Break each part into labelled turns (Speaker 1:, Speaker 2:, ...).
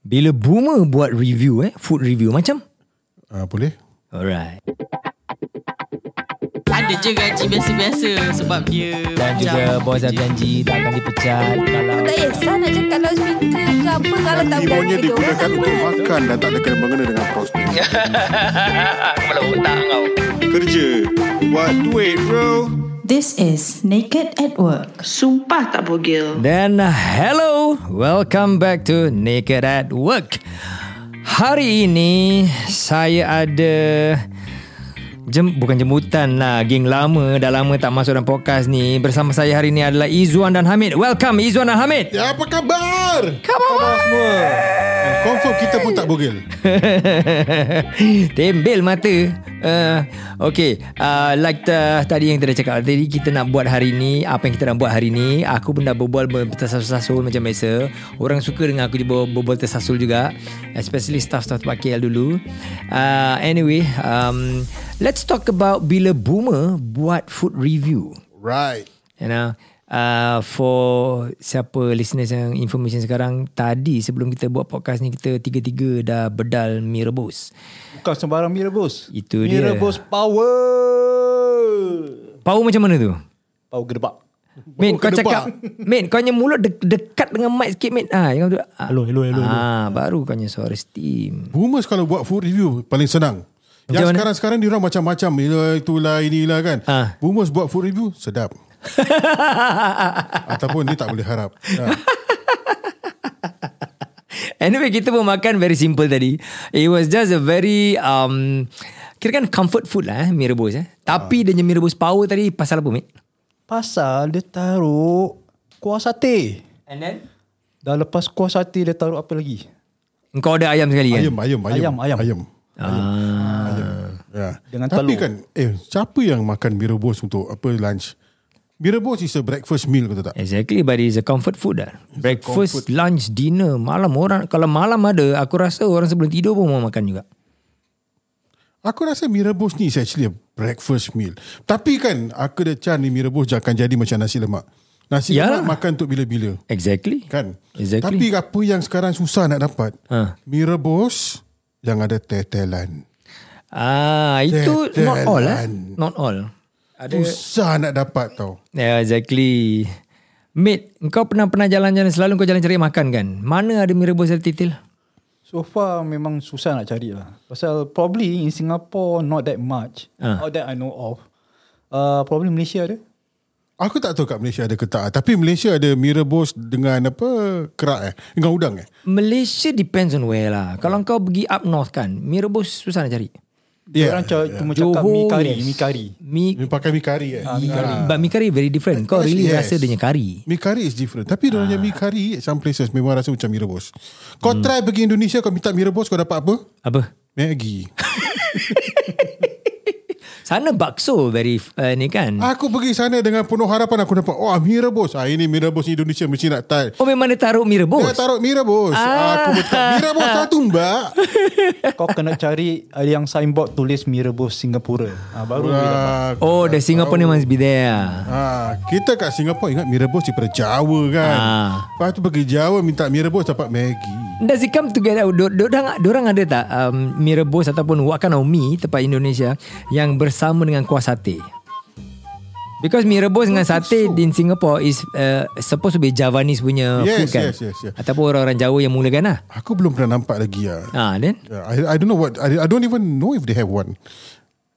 Speaker 1: Bila Boomer buat review eh, food review macam
Speaker 2: Uh, boleh?
Speaker 1: Alright.
Speaker 3: Ada je gaji biasa-biasa Sebab dia
Speaker 1: Dan
Speaker 3: macam
Speaker 1: juga bos dah
Speaker 3: kerja.
Speaker 1: janji tak akan dipecat kalau
Speaker 4: Tak kisah nak cakap loudspeaker ke apa Kalau tak
Speaker 5: Timonnya
Speaker 4: berani orang
Speaker 5: digunakan
Speaker 4: tak
Speaker 5: untuk
Speaker 4: buat.
Speaker 5: makan dan tak ada kena mengena dengan prostit.
Speaker 6: Ya. Ah, Kepala otak kau
Speaker 5: Kerja. Buat duit bro.
Speaker 7: This is Naked at Work.
Speaker 8: Sumpah tak bogil.
Speaker 1: Dan uh, hello, welcome back to Naked at Work. Hari ini saya ada jem, bukan jemputan lah, geng lama dah lama tak masuk dalam podcast ni. Bersama saya hari ini adalah Izzuan dan Hamid. Welcome Izzuan dan Hamid.
Speaker 2: Ya, apa khabar? Khabar semua. Eh, Confirm kita pun tak bogel.
Speaker 1: Tembel mata uh, Okay uh, Like the, tadi yang kita dah cakap Tadi kita nak buat hari ni Apa yang kita nak buat hari ni Aku pun dah berbual ber- Tersasul-sasul macam biasa Orang suka dengan aku ber- Berbual tersasul juga Especially staff-staff tempat KL dulu uh, Anyway um, Let's talk about Bila Boomer Buat food review
Speaker 2: Right.
Speaker 1: You know Uh, for siapa listeners yang information sekarang Tadi sebelum kita buat podcast ni Kita tiga-tiga dah bedal mie rebus
Speaker 9: Bukan sembarang mie rebus.
Speaker 1: Itu
Speaker 9: mie
Speaker 1: dia.
Speaker 9: rebus power.
Speaker 1: Power macam mana tu?
Speaker 9: Power gedebak.
Speaker 1: Min, kau
Speaker 2: ke
Speaker 1: cakap Min, kau punya mulut de- dekat dengan mic sikit Min ah, yang tu, ah.
Speaker 9: Hello, hello, hello, hello.
Speaker 1: Ah, baru kau punya suara steam
Speaker 2: Boomers kalau buat food review paling senang.
Speaker 1: Macam
Speaker 2: Yang
Speaker 1: mana?
Speaker 2: sekarang-sekarang diorang macam-macam. Itulah, itulah, inilah kan.
Speaker 1: Ah.
Speaker 2: Boomers buat food review, sedap. Ataupun dia tak boleh harap. Ha.
Speaker 1: Anyway, kita pun makan very simple tadi It was just a very um, Kira kan comfort food lah eh, Mie rebus eh. Tapi
Speaker 9: Ah.
Speaker 1: dia punya mie rebus power tadi Pasal apa Min?
Speaker 9: Pasal dia taruh kuah sate.
Speaker 1: And then?
Speaker 9: Dah lepas kuah sate dia taruh apa lagi?
Speaker 1: Kau ada ayam sekali kan?
Speaker 2: Ayam, ayam, ayam.
Speaker 9: Ayam, ayam.
Speaker 2: ayam.
Speaker 1: Ah.
Speaker 2: Ya.
Speaker 9: Dengan
Speaker 2: Tapi
Speaker 9: telur.
Speaker 2: kan, eh, siapa yang makan mie rebus untuk apa lunch? Mie rebus is a breakfast meal, kata tak?
Speaker 1: Exactly but it's a comfort food lah Breakfast, lunch, dinner Malam orang Kalau malam ada Aku rasa orang sebelum tidur pun mau makan juga
Speaker 2: Aku rasa mie rebus ni is actually a breakfast meal. Tapi kan, aku ada can ni mie rebus jangan jadi macam nasi lemak. Nasi
Speaker 1: Ya.
Speaker 2: lemak makan untuk bila-bila.
Speaker 1: Exactly
Speaker 2: Kan? Tapi
Speaker 1: Exactly
Speaker 2: apa yang sekarang susah nak dapat?
Speaker 1: Ha.
Speaker 2: Mie rebus yang ada tetelan.
Speaker 1: Ah, itu
Speaker 2: Tetelan.
Speaker 1: not all eh. Not all. Ada
Speaker 2: Susah nak dapat tau.
Speaker 1: yeah, exactly. Mate, kau pernah pernah jalan-jalan selalu kau jalan cari makan kan? Mana ada mie rebus dan titil?
Speaker 9: So far memang susah nak cari lah. Pasal probably in Singapore not that much.
Speaker 1: Ah.
Speaker 9: All that I know of. Uh, probably Malaysia ada.
Speaker 2: Aku tak tahu kat Malaysia ada ke tak. Tapi Malaysia ada mie rebus dengan apa kerak eh. Dengan udang eh.
Speaker 1: Malaysia depends on where lah. Kalau kau pergi up north kan, mie rebus susah nak cari.
Speaker 2: Yeah.
Speaker 9: Orang cakap cuma cakap mi kari, mi kari.
Speaker 1: Mie,
Speaker 2: Dia pakai mie kari eh.
Speaker 1: Ah, mie kari. But mie kari very different. Kau really
Speaker 2: Yes.
Speaker 1: rasa dia punya kari.
Speaker 2: Mie kari is different. Tapi dia punya
Speaker 1: Ah.
Speaker 2: mie kari at some places memang rasa macam mie rebus. Kau try pergi Indonesia kau minta mie rebus kau dapat apa?
Speaker 1: Apa?
Speaker 2: Maggi.
Speaker 1: Sana bakso very uh, ni kan.
Speaker 2: aku pergi sana dengan penuh harapan aku dapat oh mie rebus. Ah ini mie rebus Indonesia mesti nak try.
Speaker 1: Oh memang dia taruh mie
Speaker 2: Dia
Speaker 1: rebus.
Speaker 2: taruh mie rebus.
Speaker 1: Ah.
Speaker 2: Aku bercakap mie rebus satu mbak.
Speaker 9: Kau kena cari ada yang signboard tulis mie rebus Singapura. Ah, baru boleh
Speaker 2: Ah,
Speaker 9: dapat.
Speaker 1: Oh, the Singaporean must be there.
Speaker 2: Ah, kita kat Singapura ingat mie rebus daripada Jawa kan.
Speaker 1: Ah.
Speaker 2: Lepas tu pergi Jawa minta mie rebus dapat Maggi.
Speaker 1: Does it come together? Dor- Dorang dorang ada tak um, mie rebus ataupun what kind of mie tempat Indonesia yang bersama dengan kuah sate? Because mie rebus dengan sate so. in Singapore is uh, supposed to be Javanese punya food
Speaker 2: Yes,
Speaker 1: kan?
Speaker 2: yes, yes, yes.
Speaker 1: Ataupun orang-orang Jawa yang mulakan lah.
Speaker 2: Aku belum pernah nampak lagi lah.
Speaker 1: Ah, then
Speaker 2: Yeah, I, I don't know what I, I don't even know if they have one.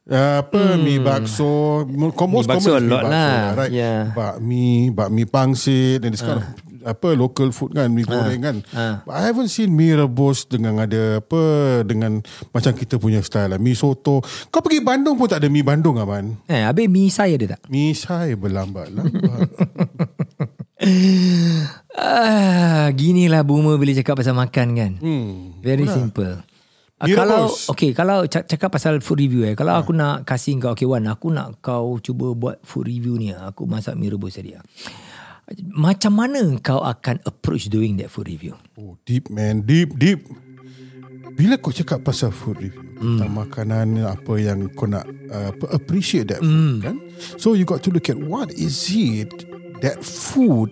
Speaker 2: Uh, apa mi bakso mo- ko- most
Speaker 1: Mie Hmm. bakso a
Speaker 2: common is mi
Speaker 1: lot lah,
Speaker 2: right
Speaker 1: yeah.
Speaker 2: bakmi bakmi pangsit and this kind of apa local food kan mi goreng kan
Speaker 1: Ah.
Speaker 2: But I haven't seen mi rebus dengan ada apa dengan macam kita punya style lah mi soto kau pergi Bandung pun tak ada mi Bandung ah man
Speaker 1: eh, habis mie saya ada tak?
Speaker 2: mi saya berlambat-lambat
Speaker 1: Ah, ginilah boomer bila cakap pasal makan kan.
Speaker 2: hmm.
Speaker 1: Very simple. Ah,
Speaker 2: Mie
Speaker 1: kalau
Speaker 2: rebus. Ah.
Speaker 1: okay, kalau cak- cakap pasal food review eh, kalau aku nak kasih kau okay Wan, aku nak kau cuba buat food review ni. ah. Aku masak mie rebus tadi. ah. Macam mana kau akan approach doing that food review?
Speaker 2: Oh, deep man, deep, deep. Bila kau cakap pasal food review,
Speaker 1: Hmm.
Speaker 2: tentang makanan apa yang kau nak uh, apa, appreciate that
Speaker 1: Hmm.
Speaker 2: food kan? So you got to look at what is it
Speaker 1: Hmm.
Speaker 2: that food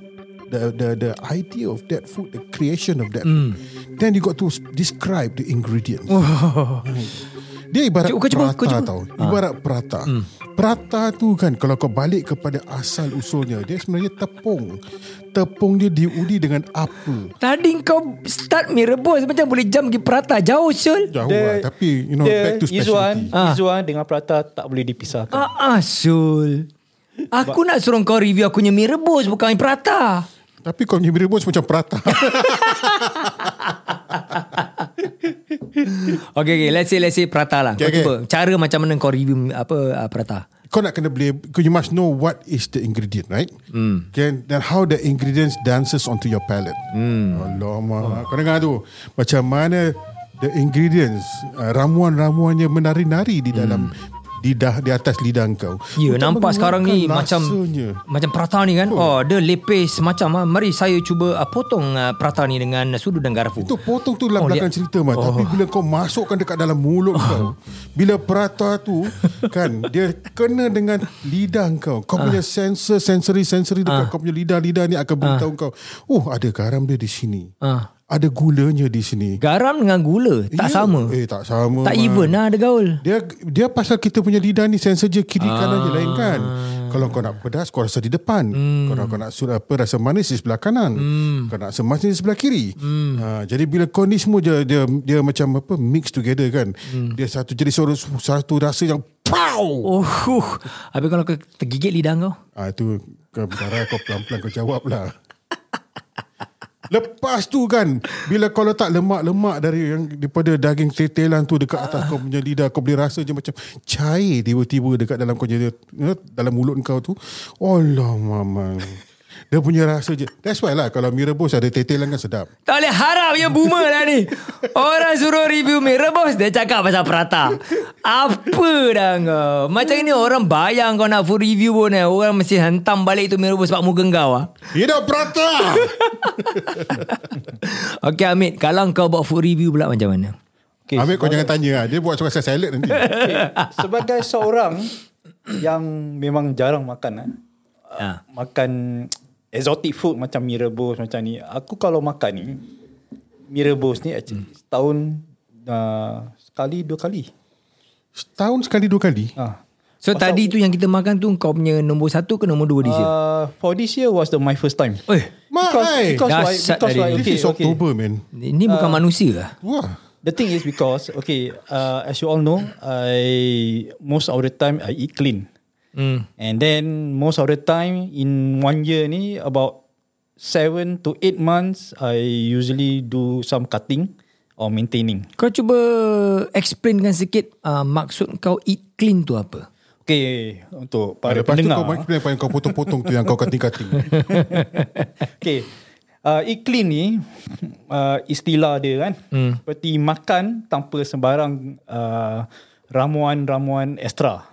Speaker 2: the the the idea of that food, the creation of that food Then you got to s- describe the ingredients. Dia ibarat
Speaker 1: Oh. Cuba, kau cuba,
Speaker 2: cuba,
Speaker 1: kau cuba.
Speaker 2: prata
Speaker 1: Ah.
Speaker 2: cuba. tau. Ibarat prata. Hmm. Prata tu kan kalau kau balik kepada asal usulnya, dia sebenarnya tepung. Tepung dia diudi dengan apa.
Speaker 1: Tadi kau start mi rebus macam boleh jam pergi Prata. Jauh Syul.
Speaker 2: Jauh lah. Tapi you know back to specialty.
Speaker 9: Izzuan, ah. Izzuan dengan Prata tak boleh dipisahkan.
Speaker 1: Ah, ah Syul. Aku nak suruh kau review aku punya mi rebus bukan mi Prata.
Speaker 2: Tapi kau punya rebus macam prata.
Speaker 1: Okay, okay. Let's say, let's say Prata lah. Okay, kau
Speaker 2: Okay, okay.
Speaker 1: cuba. Cara macam mana kau review apa uh, Prata.
Speaker 2: kau nak kena beli you must know what is the ingredient right mm. okay then how the ingredients dances onto your palate mm. alamak oh. kau dengar tu macam mana the ingredients uh, ramuan-ramuannya menari-nari di dalam lidah di atas lidah kau
Speaker 1: Ya,
Speaker 2: Untuk
Speaker 1: nampak sekarang ni
Speaker 2: mengeluarkan
Speaker 1: macam
Speaker 2: rasanya.
Speaker 1: macam Prata ni kan. Oh, dia lepis macam. ah. Mari saya cuba ah, potong ah, Prata ni dengan sudu dan garpu.
Speaker 2: Itu potong tu dalam
Speaker 1: Oh,
Speaker 2: oh, belakang
Speaker 1: lihat.
Speaker 2: cerita mah. Oh. Tapi bila kau masukkan dekat dalam mulut oh. kau, bila perata tu kan dia kena dengan lidah kau. Kau
Speaker 1: Ah.
Speaker 2: punya sensor sensory sensory dekat kau punya lidah-lidah ni akan beritahu kau, oh ada garam dia di sini.
Speaker 1: Ah.
Speaker 2: Ada gulanya di sini.
Speaker 1: Garam dengan gula tak
Speaker 2: Ya.
Speaker 1: sama.
Speaker 2: Eh tak sama.
Speaker 1: tak
Speaker 2: man.
Speaker 1: even lah ada gaul.
Speaker 2: Dia dia pasal kita punya lidah ni sensor je kiri kanan je lain kan. Kalau kau nak pedas kau rasa di depan. Kalau kau nak sur apa rasa manis di sebelah kanan. Kau nak rasa manis di sebelah kiri. Ha, jadi bila kau ni semua dia dia, dia macam apa mix together kan. Dia satu jadi satu, satu rasa yang pow.
Speaker 1: Oh, huh. Habis kalau kau tergigit lidah kau.
Speaker 2: Ah tu kau berdarah kau pelan-pelan kau jawab lah. Lepas tu kan bila kau letak lemak-lemak dari yang daripada daging tetelan tu dekat atas kau punya lidah kau boleh rasa je macam cair tiba-tiba dekat dalam kau jadi you know, dalam mulut kau tu. Allah mamang. Dia punya rasa je. That's why lah kalau mie rebus ada tetelan kan sedap.
Speaker 1: Tak boleh harap ya boomer dah ni. Orang suruh review mi rebus dia cakap pasal Prata. Apa dah kau? Macam ni orang bayang kau nak full review pun eh. Orang mesti hentam balik tu mi rebus pak muka kau ah.
Speaker 2: Hidup Prata.
Speaker 1: Okey Amit, kalau kau buat food review pula macam mana?
Speaker 9: Okay,
Speaker 2: Ambil kau
Speaker 9: sebagai- ah,
Speaker 2: jangan tanya lah. Dia buat suasana salad nanti.
Speaker 9: Sebagai seorang yang memang jarang makan eh.
Speaker 1: Ah.
Speaker 9: makan exotic food macam mie rebus macam ni. Aku kalau makan ni mie rebus ni actually hmm. setahun uh, sekali dua kali.
Speaker 2: Setahun sekali dua kali.
Speaker 9: Ah.
Speaker 1: So Pasal Ah. tadi tu yang kita makan tu kau punya nombor satu ke nombor dua di sini?
Speaker 9: Uh, for this year was the my first time.
Speaker 1: Eh,
Speaker 2: Mak,
Speaker 9: because,
Speaker 2: eh.
Speaker 9: because, why,
Speaker 1: Dasar
Speaker 9: because
Speaker 1: dari
Speaker 9: why,
Speaker 1: ni.
Speaker 9: okay,
Speaker 2: This is
Speaker 9: okay.
Speaker 2: October man.
Speaker 1: ini bukan manusia lah.
Speaker 2: Wah.
Speaker 9: The thing is because okay, uh, as you all know, I most of the time I eat clean,
Speaker 1: Hmm.
Speaker 9: and then most of the time in one year ni about seven to eight months, I usually do some cutting or maintaining.
Speaker 1: Kau cuba explainkan sikit uh, maksud kau eat clean tu apa?
Speaker 9: Okay, untuk para
Speaker 2: Lepas tu
Speaker 9: pendengar.
Speaker 2: kau buat apa yang kau potong-potong tu yang kau kating-kating.
Speaker 9: ah. Okay. Uh, eat clean ni uh, istilah dia kan hmm. seperti makan tanpa sembarang uh, ramuan-ramuan ekstra.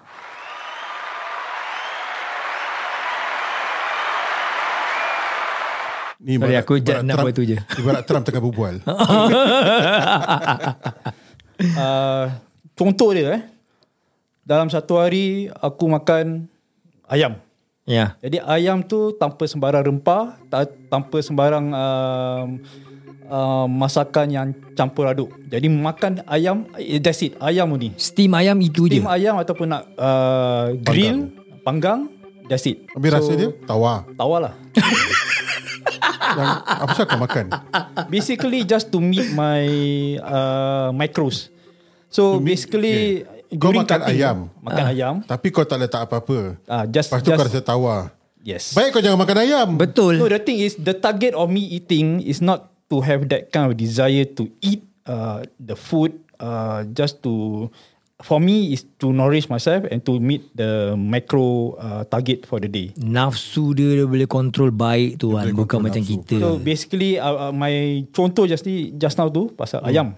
Speaker 2: Ni
Speaker 1: Sorry, aku jad nak
Speaker 2: Trump,
Speaker 1: buat tu je.
Speaker 2: Ibarat Trump tengah berbual.
Speaker 9: Uh, contoh dia eh. Dalam satu hari aku makan ayam.
Speaker 1: Ya.
Speaker 9: Jadi ayam tu tanpa sembarang rempah, ta- tanpa sembarang um, uh, masakan yang campur aduk. Jadi makan ayam, eh, that's it. Ayam ni.
Speaker 1: Steam ayam itu
Speaker 9: Steam
Speaker 1: je.
Speaker 9: ayam ataupun nak uh, grill, panggang, that's it.
Speaker 2: Habis rasa dia tawa.
Speaker 9: Tawar lah.
Speaker 2: Yang, apa sah kau makan?
Speaker 9: basically just to meet my uh, macros. So basically
Speaker 2: Kau
Speaker 9: during
Speaker 2: makan
Speaker 9: cutting,
Speaker 2: ayam. Ah.
Speaker 9: makan ayam.
Speaker 2: Tapi kau tak letak apa-apa.
Speaker 9: Ah, just
Speaker 2: Lepas tu
Speaker 9: just
Speaker 2: kau rasa tawa.
Speaker 9: yes.
Speaker 2: Baik kau jangan makan ayam.
Speaker 1: Betul.
Speaker 9: No, the thing is the target of me eating is not to have that kind of desire to eat uh, the food uh, just to for me is to nourish myself and to meet the macro uh, target for the day.
Speaker 1: Nafsu dia, dia boleh kontrol baik tu kan. Bukan macam kita.
Speaker 9: So basically uh, uh, my contoh just ni just now tu pasal ayam.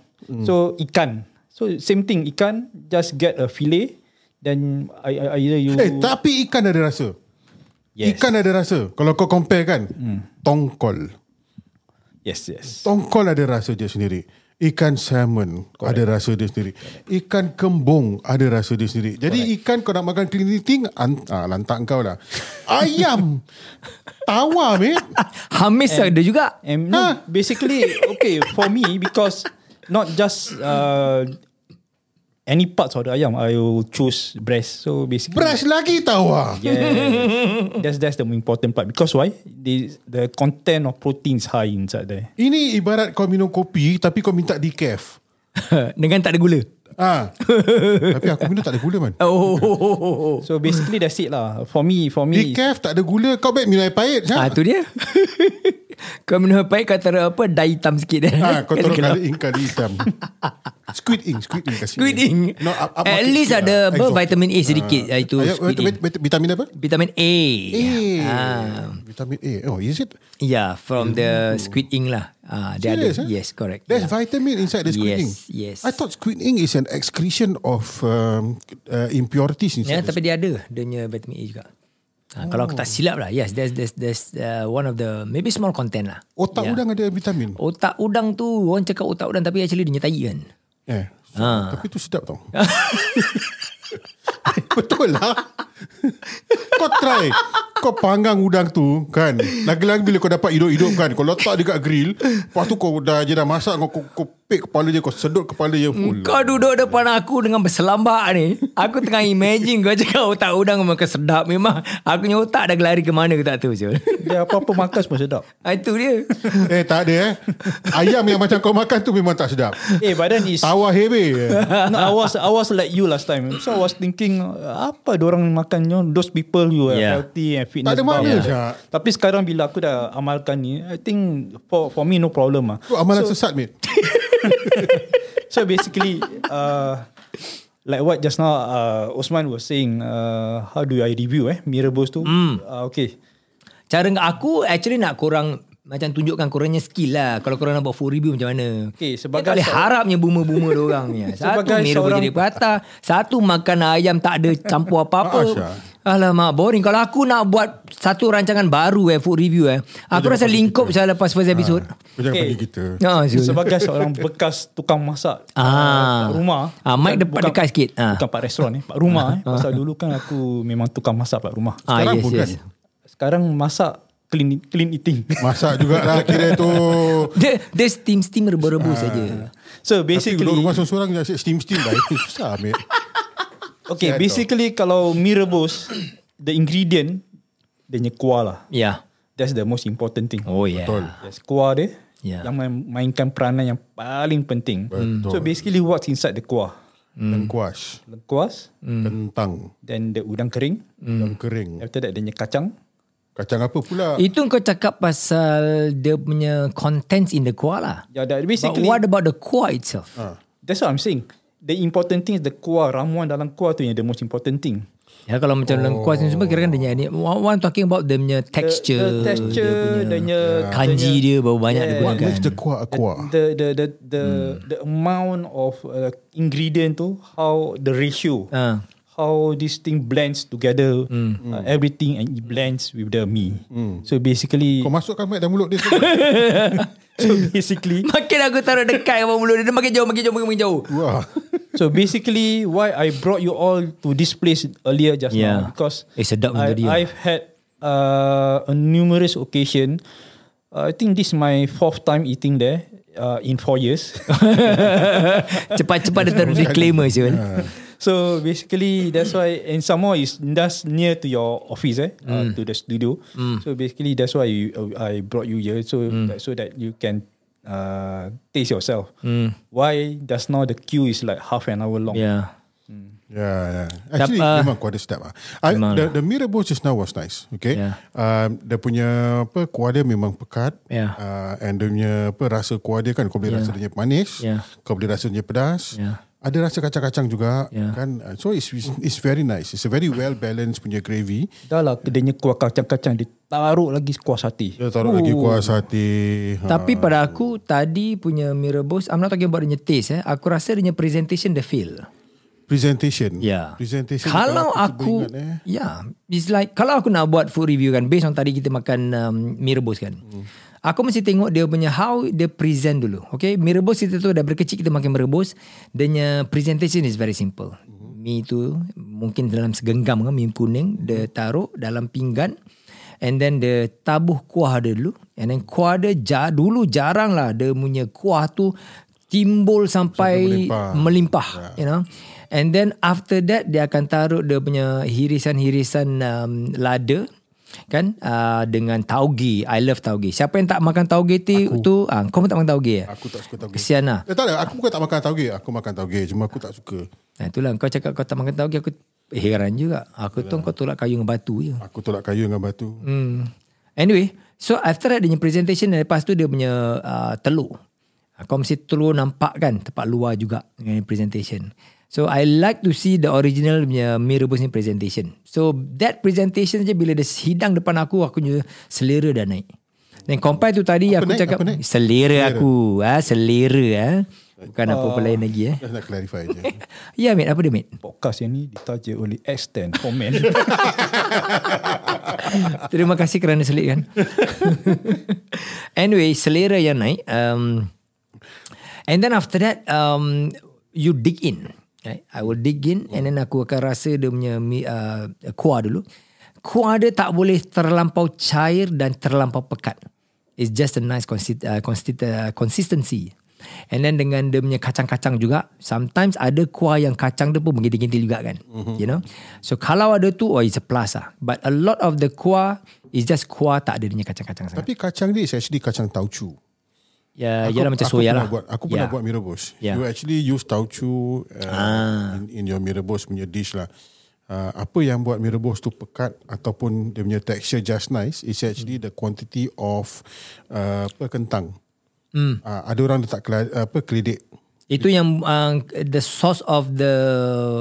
Speaker 9: So ikan. So same thing ikan just get a fillet then I, I either you
Speaker 2: Eh, tapi ikan ada rasa.
Speaker 1: Hmm.
Speaker 2: Yes. Ikan ada rasa. Kalau kau compare kan. Tongkol.
Speaker 9: Yes, yes.
Speaker 2: Tongkol ada rasa dia sendiri. Ikan salmon Correct. ada rasa dia sendiri. Ikan kembung ada rasa dia sendiri. Jadi Correct. ikan kau nak makan keliling ah, lantak kau lah. Ayam tawa mate.
Speaker 1: Hamis ada juga.
Speaker 9: And no, basically, okay, for me, because not just uh, any parts of the ayam, I will choose breast. So basically,
Speaker 2: Beras lagi tawa.
Speaker 9: Yeah, that's that's the important part. Because why? The the content of protein is high inside there.
Speaker 2: Ini ibarat kau minum kopi tapi kau minta decaf.
Speaker 1: Dengan tak ada gula.
Speaker 2: Ah. tapi aku minum tak ada gula man.
Speaker 1: Oh. oh, oh, oh, oh.
Speaker 9: So basically, that's it lah. For me, for me,
Speaker 2: Decaf tak ada gula kau baik minum air pahit.
Speaker 1: Ah,
Speaker 2: Ha?
Speaker 1: tu dia. Kau minum air pahit Kau taruh apa Dye hitam sikit dah
Speaker 2: Ah, kau taruh kali ing kali hitam. Squid ink, squid ink kasih.
Speaker 1: Squid ink
Speaker 2: No, up- up
Speaker 1: At
Speaker 2: market
Speaker 1: least
Speaker 2: sikit
Speaker 1: ada
Speaker 2: lah.
Speaker 1: apa,
Speaker 2: Exotic.
Speaker 1: Vitamin A sedikit ah, Itu
Speaker 2: Ayah,
Speaker 1: squid
Speaker 2: vit-
Speaker 1: ink
Speaker 2: vit- Vitamin apa?
Speaker 1: Vitamin A
Speaker 2: A.
Speaker 1: Ah.
Speaker 2: Vitamin A. Oh, is it?
Speaker 1: Yeah From the squid ink lah ah, dia ada.
Speaker 2: Oh. Serious, eh?
Speaker 1: Yes correct Ya.
Speaker 2: There's
Speaker 1: yeah.
Speaker 2: vitamin inside the squid
Speaker 1: Yes,
Speaker 2: ink.
Speaker 1: yes.
Speaker 2: I thought squid ink is an excretion of um, uh, impurities
Speaker 1: Ya,
Speaker 2: inside. the-
Speaker 1: tapi dia ada dia punya vitamin A juga. Ha, oh. Kalau aku tak silap lah, yes, there's there's there's uh, one of the maybe small content lah.
Speaker 2: Otak
Speaker 1: Yeah.
Speaker 2: udang ada vitamin.
Speaker 1: Otak udang tu orang cakap otak udang tapi actually dia punya tai kan.
Speaker 2: Eh. So,
Speaker 9: Ha.
Speaker 1: Ah.
Speaker 2: Tapi tu sedap tau. Betul lah. kau try. Kau panggang udang tu kan. Lagi-lagi bila kau dapat hidup-hidup kan. Kau letak dekat grill. Lepas tu kau dah je dah masak. Kau, kau, kau pek kepala dia. Kau sedut kepala
Speaker 9: Mm,
Speaker 2: dia. full.
Speaker 1: Kau duduk depan aku dengan berselambak ni. Aku tengah imagine kau cakap otak udang memang sedap. Memang aku punya otak dah lari ke mana ke tak tahu Syul.
Speaker 9: dia apa-apa makan semua sedap.
Speaker 1: Ah, Itu dia.
Speaker 2: Eh tak ada eh. Ayam yang macam kau makan tu memang tak sedap.
Speaker 9: Eh, but then it's
Speaker 2: Tawa hebe.
Speaker 9: no, I was I was like you last time. So I was thinking apa orang makan you know, those people you are
Speaker 1: Yeah.
Speaker 9: healthy and fitness.
Speaker 2: Tak ada
Speaker 9: blah,
Speaker 2: mana,
Speaker 9: blah.
Speaker 2: Syah.
Speaker 9: Tapi sekarang bila aku dah amalkan ni, I think for for me no problem ah.
Speaker 2: Tu amalan so, sesat mate.
Speaker 9: So basically uh, like what just now uh, Osman was saying uh, how do I review eh Mirabos tu?
Speaker 1: Hmm.
Speaker 9: Uh, okay.
Speaker 1: Cara aku actually nak korang macam tunjukkan korangnya skill lah. Kalau korang nak buat full review macam mana.
Speaker 9: Okay,
Speaker 1: Dia
Speaker 9: sebagai
Speaker 1: tak boleh
Speaker 9: seorang-
Speaker 1: harapnya buma-buma diorang ni. Satu
Speaker 9: Sebagai
Speaker 1: merah seorang...
Speaker 9: seorang-
Speaker 1: jadi patah. Satu makan ayam tak ada campur
Speaker 2: Maaf,
Speaker 1: apa-apa.
Speaker 2: Syah.
Speaker 1: Alamak, boring. Kalau aku nak buat satu rancangan baru eh, food review eh. Aku rasa lingkup saya lepas first episode.
Speaker 2: Kau jangan
Speaker 9: Okay.
Speaker 2: bagi kita.
Speaker 1: Ha, Zul.
Speaker 9: Sebagai seorang bekas tukang masak
Speaker 1: Ah.
Speaker 9: uh, rumah.
Speaker 1: Ah, mic
Speaker 9: Bukan-
Speaker 1: dekat-
Speaker 9: bukan-
Speaker 1: dekat sikit. Ah.
Speaker 9: Bukan pak restoran eh, pak rumah eh. Pasal dulu kan aku memang tukang masak pak rumah.
Speaker 1: Ah,
Speaker 2: Sekarang kan?
Speaker 1: yes,
Speaker 2: bukan.
Speaker 1: yes.
Speaker 9: Sekarang masak clean clean eating.
Speaker 2: Masak jugalah kira tu.
Speaker 1: Dia, dia steam-steam rebus-rebus
Speaker 9: Ah.
Speaker 1: saja.
Speaker 9: So
Speaker 2: Tapi
Speaker 9: basically
Speaker 2: duduk rumah seorang-seorang asyik steam-steam lah. Itu susah mate.
Speaker 9: okay,
Speaker 2: sihat tau.
Speaker 9: basically kalau mi rebus the ingredient dia punya kuah lah.
Speaker 1: Ya.
Speaker 9: That's the most important thing.
Speaker 1: Oh, Ya. yeah.
Speaker 2: Betul.
Speaker 9: Yes, kuah dia
Speaker 1: Yeah.
Speaker 9: yang main, mainkan peranan yang paling penting.
Speaker 2: Betul.
Speaker 9: So basically what's inside the kuah? Mm.
Speaker 2: Lengkuas.
Speaker 9: Lengkuas,
Speaker 1: Hmm.
Speaker 2: Kentang.
Speaker 9: then the udang kering,
Speaker 2: Dan kering.
Speaker 9: after that dia punya kacang.
Speaker 2: Kacang apa pula?
Speaker 1: Itu kau cakap pasal dia punya contents in the kuah lah.
Speaker 9: Yeah, Ya, that
Speaker 1: But
Speaker 9: basically Ah.
Speaker 1: what about the kuah itself?
Speaker 9: that's what I'm saying. The important thing is the kuah, ramuan dalam kuah tu yang the most important thing.
Speaker 1: Ya kalau macam oh. lengkuas ni semua kira kan dia punya ni. One, one talking about dia punya texture, ya,
Speaker 9: the texture, dia punya
Speaker 1: kanji dia baru banyak yeah. dia
Speaker 2: What
Speaker 1: gunakan.
Speaker 2: makes the kuah a kuah? Hmm.
Speaker 9: the the the the, the amount of uh, ingredient tu how the ratio
Speaker 1: Ah. Hmm.
Speaker 9: how this thing blends together
Speaker 2: Hmm.
Speaker 9: uh, everything and it blends with the mee so basically
Speaker 2: Kau masukkan mic dalam mulut dia. semua.
Speaker 9: so basically
Speaker 1: Makin aku taruh dekat dengan mulut dia, dia makin jauh, makin jauh, makin, makin jauh.
Speaker 2: Wah.
Speaker 9: so basically why I brought you all to this place earlier just
Speaker 1: Yeah.
Speaker 9: now because
Speaker 1: Eh, sedap benda
Speaker 9: I,
Speaker 1: dia.
Speaker 9: I've had uh, a numerous occasion uh, I think this is my fourth time eating there uh, in four years
Speaker 1: Cepat-cepat dia taruh disclaimer Syul.
Speaker 9: Ah. So basically that's why and some more is just near to your office eh uh,
Speaker 1: Mm.
Speaker 9: to the studio. So basically that's why you, uh, I brought you here so
Speaker 1: Mm.
Speaker 9: that, so that you can uh, taste yourself. Why just now the queue is like half an hour long.
Speaker 1: Mm. Yeah.
Speaker 2: Yeah, yeah. Ya, Actually,
Speaker 1: Tap- ah.
Speaker 2: memang kuah dia sedap lah. I,
Speaker 1: Memang
Speaker 2: the, the mee rebus just now was nice. Okay.
Speaker 1: Yeah.
Speaker 2: Um, dia punya apa, kuah dia memang pekat.
Speaker 1: Yeah.
Speaker 2: Uh, and dia punya apa, rasa kuah dia kan kau
Speaker 1: Yeah.
Speaker 2: boleh rasa dia punya manis.
Speaker 1: Yeah.
Speaker 2: Kau boleh rasa dia punya pedas.
Speaker 1: Yeah.
Speaker 2: Ada rasa kacang-kacang juga
Speaker 1: Yeah.
Speaker 2: kan. Uh, So it's, it's it's very nice. It's a very well balanced punya gravy.
Speaker 9: Dah lah kedenya kuah kacang-kacang dia taruh lagi kuah sate.
Speaker 2: Dia taruh lagi kuah sate.
Speaker 1: Tapi pada aku tadi punya mie rebus, I'm not talking about dia punya taste eh. Aku rasa dia punya presentation dia fail.
Speaker 2: Presentation.
Speaker 1: Yeah.
Speaker 2: Presentation.
Speaker 1: Ya. Kalau
Speaker 2: cuba
Speaker 1: aku, ya.
Speaker 2: ingat, eh.
Speaker 1: yeah, it's like kalau aku nak buat food review kan, based on tadi kita makan um, mie rebus kan. Hmm. Aku mesti tengok dia punya how dia present dulu. Okay, mie rebus kita tu daripada kecil kita makan mie rebus. Dia punya presentation is very simple.
Speaker 2: Hmm.
Speaker 1: Mie tu mungkin dalam segenggam kan mie kuning dia
Speaker 2: Hmm.
Speaker 1: taruh dalam pinggan and then dia tabuh kuah dia dulu and then kuah dia ja, dulu jarang lah dia punya kuah tu timbul sampai
Speaker 2: melimpah.
Speaker 1: melimpah
Speaker 2: Ya.
Speaker 1: you know and then after that dia akan taruh dia punya hirisan-hirisan um, lada kan uh, dengan tauge I love tauge siapa yang tak makan tauge ti, tu ah kau pun tak makan tauge ya
Speaker 2: Aku tak suka tauge.
Speaker 1: kesian lah
Speaker 2: Eh, tak ada, aku bukan tak makan tauge. Aku makan tauge, cuma aku tak suka.
Speaker 1: nah, itulah kau cakap kau tak makan tauge aku eh, heran juga aku tu kau tolak kayu dengan batu ya. je
Speaker 2: Aku tolak kayu dengan batu.
Speaker 1: Hmm. Anyway, so after that dia punya presentation dan lepas tu dia punya uh, telur. Ah, Kau mesti telur nampak kan tempat luar juga dengan presentation. So I like to see the original punya mie rebus ni presentation. So that presentation je bila dia hidang depan aku aku punya selera dah naik. Dan compare tu tadi
Speaker 2: Apa
Speaker 1: aku
Speaker 2: naik?
Speaker 1: cakap
Speaker 2: Apa naik?
Speaker 1: selera, aku, ah selera ah. Bukan apa-apa
Speaker 2: Ah.
Speaker 1: lain lagi eh.
Speaker 2: Just nak clarify je.
Speaker 1: Ya, mate, apa dia, mate?
Speaker 9: Podcast yang ni ditaja oleh X10 Comment.
Speaker 1: Terima kasih kerana selit kan. anyway, selera yang naik. Um, and then after that, um, you dig in. Right? I will dig in and then aku akan rasa dia punya mi- uh, kuah dulu. Kuah dia tak boleh terlampau cair dan terlampau pekat. It's just a nice consi- uh, consi- uh, consistency. And then dengan dia punya kacang-kacang juga. Sometimes ada kuah yang kacang dia pun menggintil-gintil juga kan.
Speaker 2: Mhm.
Speaker 1: Mm-hmm. You know. So kalau ada tu, oh it's a plus lah. But a lot of the kuah is just kuah tak ada dia punya kacang-kacang sangat.
Speaker 2: Tapi kacang ni is actually kacang tauchu.
Speaker 1: Ya, yeah, lah macam
Speaker 2: aku
Speaker 1: soya
Speaker 2: pernah
Speaker 1: lah.
Speaker 2: Buat, aku pernah
Speaker 1: Ya.
Speaker 2: buat mie rebus.
Speaker 1: Ya. Ah.
Speaker 2: You actually use tauchu uh, in, in your mie rebus punya dish lah. Uh, apa yang buat mie rebus tu pekat ataupun dia punya texture just nice is actually
Speaker 1: Hmm.
Speaker 2: the quantity of uh, apa kentang. Hmm. Uh, ada orang letak kela, apa kelidik.
Speaker 1: Itu yang um, the source of the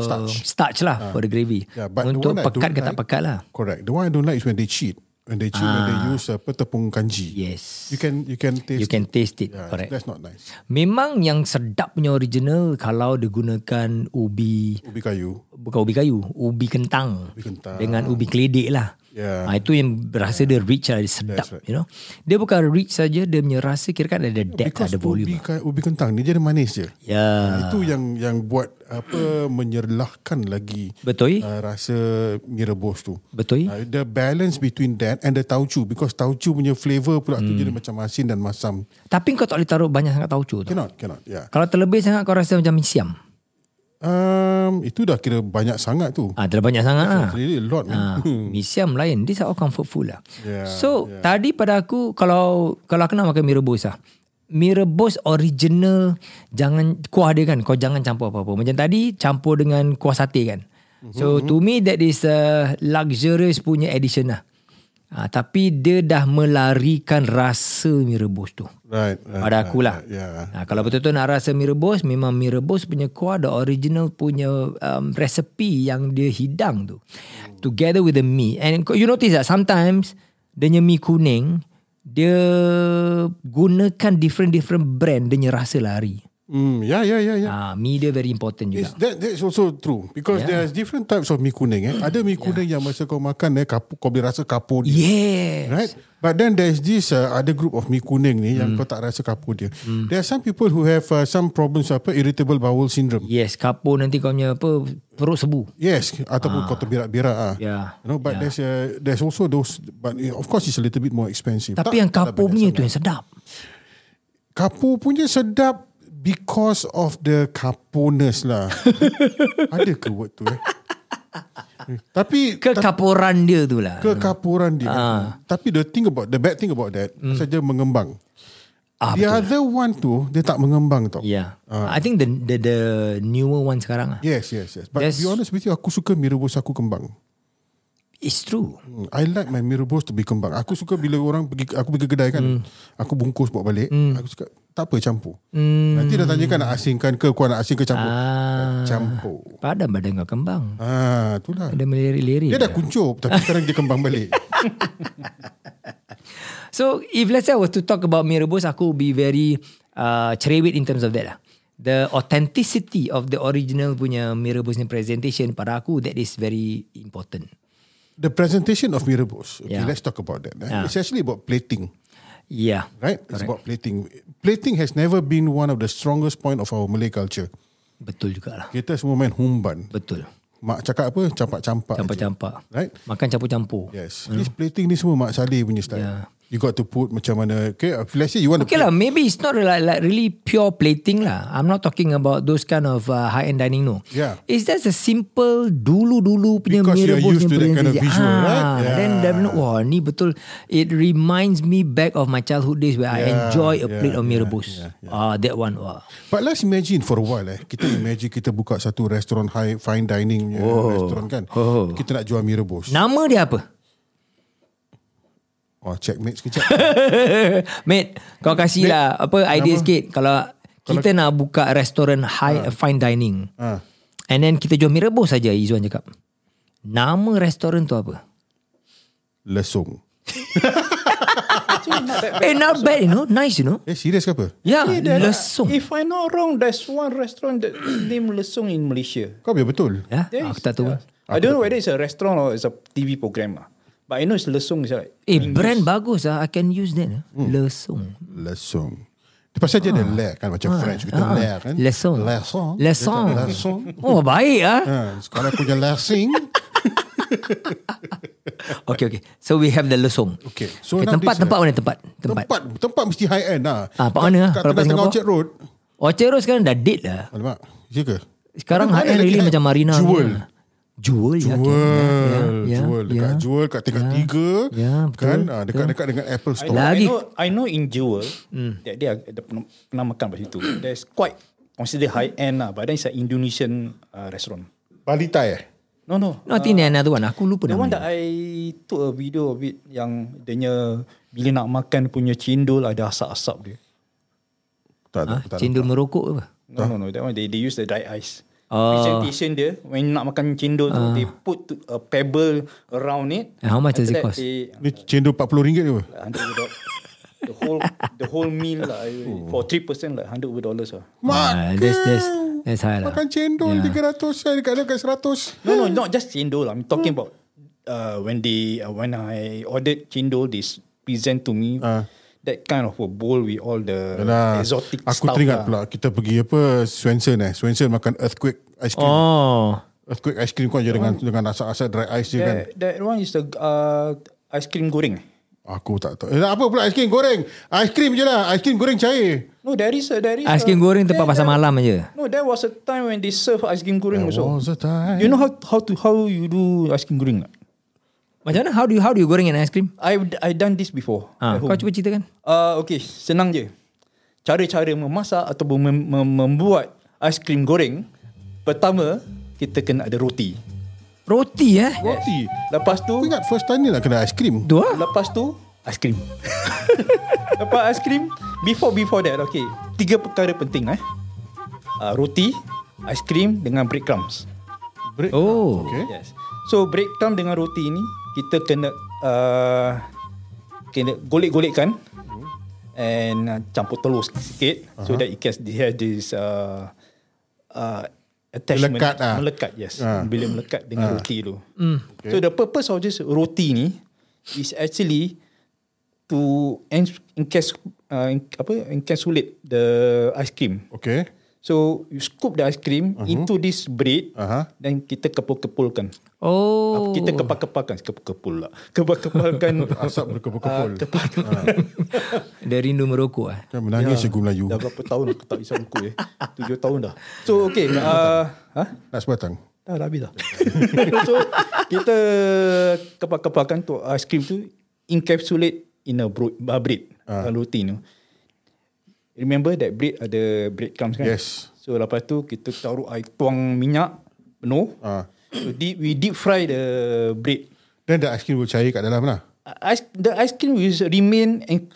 Speaker 2: Starch. Ah.
Speaker 1: starch lah for the gravy.
Speaker 2: Yeah, but the
Speaker 1: Untuk
Speaker 2: one I
Speaker 1: pekat
Speaker 2: don't
Speaker 1: ke tak
Speaker 2: like-
Speaker 1: pekat lah.
Speaker 2: Correct. The one I don't like is when they cheat. When they cheat, when they use apa tepung kanji.
Speaker 1: Ah. Yes.
Speaker 2: You can you can taste.
Speaker 1: You can taste it,
Speaker 2: Yeah,
Speaker 1: correct.
Speaker 2: That's not nice.
Speaker 1: Memang yang sedap punya original kalau digunakan ubi
Speaker 2: Ubi kayu.
Speaker 1: bukan ubi kayu, ubi kentang,
Speaker 2: Ubi kentang.
Speaker 1: dengan ubi keledek lah.
Speaker 2: Yeah.
Speaker 1: Ha, itu yang rasa dia rich lah, dia sedap,
Speaker 2: That's right.
Speaker 1: you know. Dia bukan rich saja, dia punya rasa kira kan ada depth,
Speaker 2: Because
Speaker 1: ada
Speaker 2: ubi,
Speaker 1: volume. lah.
Speaker 2: ka- ubi kentang ni dia ada manis je.
Speaker 1: Ya. Yeah.
Speaker 2: Itu yang yang buat apa menyerlahkan lagi
Speaker 1: Betul?
Speaker 2: uh, rasa mie rebus tu.
Speaker 1: Betul?
Speaker 2: Uh, the balance between that and the tauchu because tauchu punya flavour pula tu
Speaker 1: Hmm.
Speaker 2: jadi macam asin dan masam.
Speaker 1: Tapi kau tak boleh taruh banyak sangat tauco tu.
Speaker 2: Cannot, cannot. Yeah.
Speaker 1: Kalau terlebih sangat kau rasa macam siam.
Speaker 2: Um, itu dah kira banyak sangat tu.
Speaker 1: Ah, terlalu banyak sangat ah.
Speaker 2: It's really a lot.
Speaker 1: Ah,
Speaker 2: man.
Speaker 1: mi siam lain. These are all comfort food lah.
Speaker 2: Yeah,
Speaker 1: so, tadi pada aku, kalau kalau aku nak makan mie rebus lah. Mie rebus original, jangan kuah dia kan. Kau jangan campur apa-apa. Macam tadi, campur dengan kuah sate kan. So,
Speaker 2: Mm-hmm.
Speaker 1: to me, that is a luxurious punya addition lah. Ah, tapi dia dah melarikan rasa mie rebus tu.
Speaker 2: Right, right.
Speaker 1: Pada akulah.
Speaker 2: right, yeah.
Speaker 1: Ha, kalau betul-betul nak rasa mie rebus, memang mie rebus punya kuah, the original punya um, resepi yang dia hidang tu. Together with the mie. And you notice that sometimes, dia punya mie kuning, dia gunakan different-different brand, dia punya rasa lari.
Speaker 2: Mm, yeah, yeah, yeah, yeah.
Speaker 1: Ha, mie dia very important juga.
Speaker 2: It's, that that's also true because yeah. there's different types of mi kuning eh. Ada mi kuning yeah. yang masa kau makan eh kapu kau boleh rasa kapur dia.
Speaker 1: Yes.
Speaker 2: Right? But then there's this uh, other group of mi kuning
Speaker 1: Hmm.
Speaker 2: ni yang kau tak rasa kapur dia. There are some people who have uh, some problems apa irritable bowel syndrome.
Speaker 1: Yes, kapur nanti kau punya apa, perut sebu.
Speaker 2: Yes, ataupun kau terbirak-birak ah.
Speaker 1: Yeah.
Speaker 2: You know, but there's uh, there's also those but uh, of course it's a little bit more expensive.
Speaker 1: Tapi
Speaker 2: Tak-
Speaker 1: yang
Speaker 2: tak
Speaker 1: kapur
Speaker 2: banyak
Speaker 1: punya tu yang sedap.
Speaker 2: sangat. kapur punya sedap because of the kapuness lah. Ada ke word tu eh? Tapi
Speaker 1: Kekapuran dia tu lah.
Speaker 2: kekapuran dia. Tapi the thing about the bad thing about that mm. saja mengembang.
Speaker 1: Ah, Ya.
Speaker 2: the other one tu dia tak mengembang tau.
Speaker 1: Yeah.
Speaker 2: Ah.
Speaker 1: I think the the, the newer one sekarang lah.
Speaker 2: Yes, yes, yes. But
Speaker 1: There's-
Speaker 2: to be honest with you, aku suka mie rebus aku kembang.
Speaker 1: It's true.
Speaker 2: Hmm, I like my mie rebus to be kembang. Aku suka bila orang pergi, aku pergi kedai kan,
Speaker 1: Hmm.
Speaker 2: aku bungkus bawa balik, aku suka tak apa campur. Nanti dah tanyakan nak asingkan ke, kau nak asing ke
Speaker 1: Hmm.
Speaker 2: campur.
Speaker 1: Ah.
Speaker 2: Campur.
Speaker 1: Padam badan kau kembang.
Speaker 2: Ah, itulah.
Speaker 1: Ada ya? melirik-lirik.
Speaker 2: Dia dah kuncup tapi sekarang dia kembang balik.
Speaker 1: So if let's say I was to talk about mie rebus, aku would be very uh, cerewet in terms of that lah. The authenticity of the original punya mie rebus ni presentation pada aku that is very important.
Speaker 2: The presentation of mie rebus. Okay,
Speaker 1: Yeah.
Speaker 2: let's talk about that. eh.
Speaker 1: Yeah.
Speaker 2: It's actually about plating.
Speaker 1: Yeah.
Speaker 2: right? It's about plating. Plating has never been one of the strongest point of our Malay culture.
Speaker 1: Betul jugalah.
Speaker 2: Kita semua main humban.
Speaker 1: Betul.
Speaker 2: Mak cakap apa? Campak-campak.
Speaker 1: Campak-campak.
Speaker 2: Right?
Speaker 1: Makan campur-campur.
Speaker 2: Yes. This plating ni semua Mak Saleh punya style.
Speaker 1: Yeah.
Speaker 2: You got to put macam mana. Okay, if let's say you want
Speaker 1: Okay
Speaker 2: to
Speaker 1: lah, maybe it's not like, like really pure plating lah. I'm not talking about those kind of uh, high-end dining, no.
Speaker 2: Yeah.
Speaker 1: It's just a simple dulu-dulu punya
Speaker 2: Because
Speaker 1: mee
Speaker 2: you're
Speaker 1: rebus punya
Speaker 2: used to that kind of
Speaker 1: presentation.
Speaker 2: visual, right? Yeah.
Speaker 1: Then, then wah ni betul. It reminds me back of my childhood days where I
Speaker 2: Yeah,
Speaker 1: enjoy a
Speaker 2: yeah,
Speaker 1: plate of mee
Speaker 2: yeah,
Speaker 1: rebus. Ah, that one, wah.
Speaker 2: But let's imagine for a while eh. Kita imagine kita buka satu restoran high fine dining punya oh. restoran kan.
Speaker 1: Oh.
Speaker 2: Kita nak jual mee rebus.
Speaker 1: Nama dia apa?
Speaker 2: Oh, checkmate sekejap.
Speaker 1: Mate, kau kasih
Speaker 2: Mate,
Speaker 1: lah apa idea sikit kalau kita nak buka restoran high
Speaker 2: Ah.
Speaker 1: fine dining.
Speaker 2: ha.
Speaker 1: And then kita jual mie rebus saja Izzuan cakap. Nama restoran tu apa?
Speaker 2: Lesung.
Speaker 1: Eh not bad you know, nice you know.
Speaker 2: Eh, serius ke apa?
Speaker 1: Yeah,
Speaker 9: Eh, there-
Speaker 1: lesung.
Speaker 2: lah.
Speaker 9: If I not wrong, there's one restaurant that name Lesung in Malaysia.
Speaker 2: Kau biar betul.
Speaker 1: Ya,
Speaker 9: There
Speaker 1: aku
Speaker 9: is,
Speaker 1: tak tahu.
Speaker 9: yeah. I don't know whether it's a restaurant or it's a TV program lah. But I know it's Lesung is like
Speaker 1: Eh brand bagus ah, I can use that. ah.
Speaker 2: Hmm.
Speaker 1: Lesung.
Speaker 2: Lesung. Dia pasal dia ada le kan macam French kita
Speaker 1: Ah,
Speaker 2: le kan.
Speaker 1: Lesung.
Speaker 2: Lesung.
Speaker 1: Lesung.
Speaker 2: Dia cakap Lesung.
Speaker 1: Oh baik ah.
Speaker 2: Ha, sekarang punya lesing.
Speaker 1: Okay okay. So we have the lesung.
Speaker 2: Okay,
Speaker 1: So
Speaker 2: so
Speaker 1: okay,
Speaker 2: now
Speaker 1: tempat
Speaker 2: this,
Speaker 1: tempat
Speaker 2: eh,
Speaker 1: mana tempat? Tempat.
Speaker 2: tempat tempat mesti high end lah.
Speaker 1: Ah, kat mana lah,
Speaker 2: Kat
Speaker 1: kalau kat
Speaker 2: tengah tengah
Speaker 1: Singapore?
Speaker 2: Orchard Road.
Speaker 1: Orchard Road sekarang dah date lah.
Speaker 2: Alamak. Ya ke?
Speaker 1: Sekarang
Speaker 2: Tapi mana
Speaker 1: high end
Speaker 2: lagi
Speaker 1: really
Speaker 2: high-
Speaker 1: macam Marina. lah.
Speaker 2: Jewel.
Speaker 1: Jewel. ya,
Speaker 2: Jewel,
Speaker 1: ya,
Speaker 2: Jewel dekat
Speaker 1: ya.
Speaker 2: Jewel kat tingkat tiga,
Speaker 1: Ya, betul,
Speaker 2: kan? Ah,
Speaker 1: betul.
Speaker 2: dekat-dekat dengan Apple
Speaker 9: I,
Speaker 2: Store.
Speaker 9: know-
Speaker 1: Lagi. Hmm.
Speaker 9: I know, I know in Jewel that they are, the, pernah, pernah makan kat situ. There's quite considered high end lah, but then it's an Indonesian uh, restaurant.
Speaker 2: Bali Thai eh?
Speaker 9: No no.
Speaker 1: No, I think
Speaker 2: Ah.
Speaker 1: there's another one. Aku lupa
Speaker 9: The
Speaker 1: nama
Speaker 9: one
Speaker 1: dia.
Speaker 9: that I took a video of it yang dia punya bila nak makan punya cindol ada asap-asap dia.
Speaker 2: Tak
Speaker 1: Ha?
Speaker 2: ada. tak ada.
Speaker 1: Cendol merokok ke apa?
Speaker 9: No no no, that one they, they use the dry ice.
Speaker 1: Oh.
Speaker 9: Presentation dia when nak makan cindol tu they put to- a pebble around it.
Speaker 1: Ah. And how much does it
Speaker 9: After that,
Speaker 1: cost?
Speaker 9: They,
Speaker 2: Ni cendol RM40 ke apa?
Speaker 9: hundred over dollars. The whole the whole meal lah
Speaker 2: Oh.
Speaker 9: for three percent like hundred over dollars lah.
Speaker 1: Ah, that's, that's, that's high lah.
Speaker 2: Makan cendol
Speaker 1: Ya.
Speaker 2: RM300 saya dekat dekat RM100.
Speaker 9: No no not just cindol. I'm talking about uh, when they uh, when I ordered cindol they s- present to me
Speaker 2: Ah.
Speaker 9: that kind of a bowl with all the
Speaker 2: Yalah,
Speaker 9: exotic
Speaker 2: aku
Speaker 9: stuff. ah.
Speaker 2: teringat
Speaker 9: lah.
Speaker 2: pula kita pergi apa Swenson eh. Swenson makan earthquake ice cream.
Speaker 1: Oh.
Speaker 2: Earthquake ice cream kau je dengan dengan asap-asap dry ice je kan.
Speaker 9: That, that one is the uh, ice cream goreng.
Speaker 2: Aku tak tahu. Eh, apa pula ice cream goreng? Ice cream je lah. Ice cream goreng cair.
Speaker 9: No, there is a, there is
Speaker 1: Ice cream
Speaker 9: a-
Speaker 1: goreng tempat
Speaker 9: there-
Speaker 1: pasar
Speaker 9: there-
Speaker 1: malam je.
Speaker 9: No, there was a time when they serve ice cream goreng also.
Speaker 2: a time.
Speaker 9: You know how how to how you do ice cream goreng? or not?
Speaker 1: Macam mana? How do you, how do you goreng an ice cream?
Speaker 9: I've I done this before.
Speaker 1: Ha, Ah,
Speaker 9: at
Speaker 1: kau
Speaker 9: home.
Speaker 1: cuba ceritakan.
Speaker 9: Uh, okay, senang je. Cara-cara memasak ataupun mem- mem- membuat ais krim goreng. Pertama, kita kena ada roti.
Speaker 1: Roti eh?
Speaker 2: Roti.
Speaker 9: Lepas
Speaker 2: Aku
Speaker 9: tu,
Speaker 2: ingat first time ni nak kena ice cream.
Speaker 1: Tu lah.
Speaker 9: lepas tu ais krim. lepas ais krim, before before that, okay. Tiga perkara penting eh. Uh, roti, ais krim dengan breadcrumbs.
Speaker 2: Break.
Speaker 1: Oh.
Speaker 2: Okay.
Speaker 9: Yes. So breakdown dengan roti ni kita kena uh, kena golek-golekkan
Speaker 2: Mm-hmm.
Speaker 9: and uh, campur telur sikit uh-huh. so that it can it has this uh, uh, attachment
Speaker 2: Melekat lah.
Speaker 9: melekat yes
Speaker 2: Ah.
Speaker 9: bila melekat dengan roti tu. Okay. So the purpose of this roti ni is actually to en- encas uh, en- apa encapsulate the ice cream.
Speaker 2: Okay.
Speaker 9: So you scoop the ice cream uh-huh. into this bread
Speaker 2: Aha.
Speaker 9: dan kita kepul-kepulkan.
Speaker 1: Oh.
Speaker 9: Kita kepal-kepalkan Kepal-kepul lah Kepal-kepalkan
Speaker 2: Asap berkepul-kepul.
Speaker 9: Ah, kepal-
Speaker 1: Dia rindu merokok eh?
Speaker 2: Kan menangis cikgu Melayu.
Speaker 9: Dah berapa tahun aku tak bisa buku eh Tujuh tahun dah So okay uh, ha?
Speaker 2: Nak sebatang.
Speaker 9: Dah, dah habis dah So kita Kepal-kepalkan tu Ice cream tu Encapsulate In a bro- uh, bread
Speaker 2: Ah.
Speaker 9: uh. Roti tu Remember that bread Ada breadcrumbs kan
Speaker 2: Yes.
Speaker 9: So lepas tu Kita taruh air Tuang minyak Penuh
Speaker 2: Ah.
Speaker 9: so, deep, We deep fry the bread
Speaker 2: Then the ice cream will cair kat dalam lah.
Speaker 9: ice the ice cream will remain and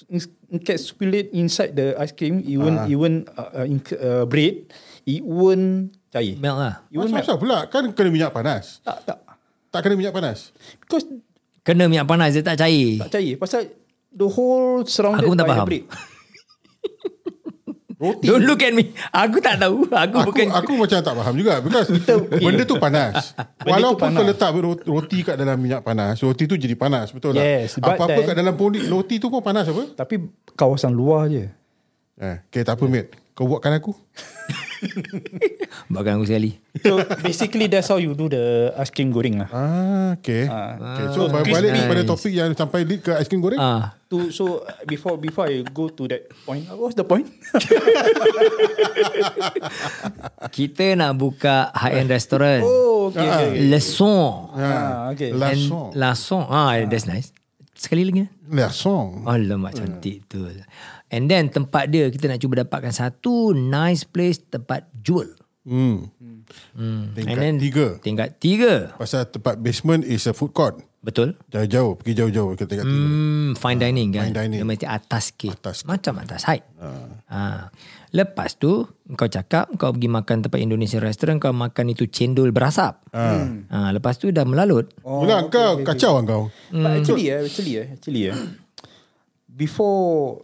Speaker 9: encapsulate inside the ice cream. It won't it won't uh, uh, inc- uh, bread. It won't cair.
Speaker 1: Melt lah.
Speaker 9: It won't melt.
Speaker 2: Asap pula. Kan kena minyak panas.
Speaker 9: Tak tak.
Speaker 2: Tak kena minyak panas.
Speaker 9: Because
Speaker 1: Kena minyak panas dia tak cair.
Speaker 9: tak cair. Pasal the whole surrounded
Speaker 1: Aku pun tak
Speaker 9: by the
Speaker 1: faham.
Speaker 9: bread.
Speaker 2: Roti.
Speaker 1: Don't look at me. Aku tak tahu. Aku,
Speaker 2: Aku,
Speaker 1: bukan
Speaker 2: aku macam tak faham juga because benda tu panas. Walaupun
Speaker 9: panas.
Speaker 2: kau letak ro- roti kat dalam minyak panas, roti tu jadi panas, betul tak?
Speaker 9: Yes, but
Speaker 2: Apa-apa
Speaker 9: then-
Speaker 2: kat dalam poli, roti tu pun panas apa?
Speaker 9: Tapi kawasan luar je.
Speaker 2: Eh, okay, tak apa mate. Kau buatkan aku.
Speaker 1: Bukan aku sekali.
Speaker 9: So basically that's how you do the ice cream goreng lah.
Speaker 2: Ah, okay. okay. So,
Speaker 9: So,
Speaker 2: balik balik
Speaker 1: crispy.
Speaker 2: pada topik yang sampai lead ke aiskrim goreng.
Speaker 1: Ah.
Speaker 9: To, so uh, before before I go to that point, uh, what's the point?
Speaker 1: Kita nak buka high-end restaurant.
Speaker 9: oh, okay, okay, okay.
Speaker 1: Leçon.
Speaker 9: Ah, okay.
Speaker 2: Lason.
Speaker 1: Laçon. Ah, that's nice. Sekali lagi. eh?
Speaker 2: Lason.
Speaker 1: Alamak cantik tu. And then tempat dia kita nak cuba dapatkan satu nice place tempat jual.
Speaker 2: Hmm. Tingkat
Speaker 1: And then
Speaker 2: tiga.
Speaker 1: Tingkat tiga.
Speaker 2: Pasal tempat basement is a food court.
Speaker 1: Betul?
Speaker 2: Jauh-jauh, pergi jauh-jauh ke tingkat tiga.
Speaker 1: Hmm, fine dining kan.
Speaker 2: Ah, Fine dining.
Speaker 1: Dia mesti atas sikit.
Speaker 2: Atas sikit. Ah.
Speaker 1: Macam atas height. Ha. Lepas tu kau cakap kau pergi makan tempat Indonesian restaurant kau makan itu cendol berasap.
Speaker 2: Ah.
Speaker 1: Ha. lepas tu dah melalut.
Speaker 2: Oh, Mula kau kacau kan kau.
Speaker 1: Hmm.
Speaker 9: But actually, eh, actually, eh, actually, eh, before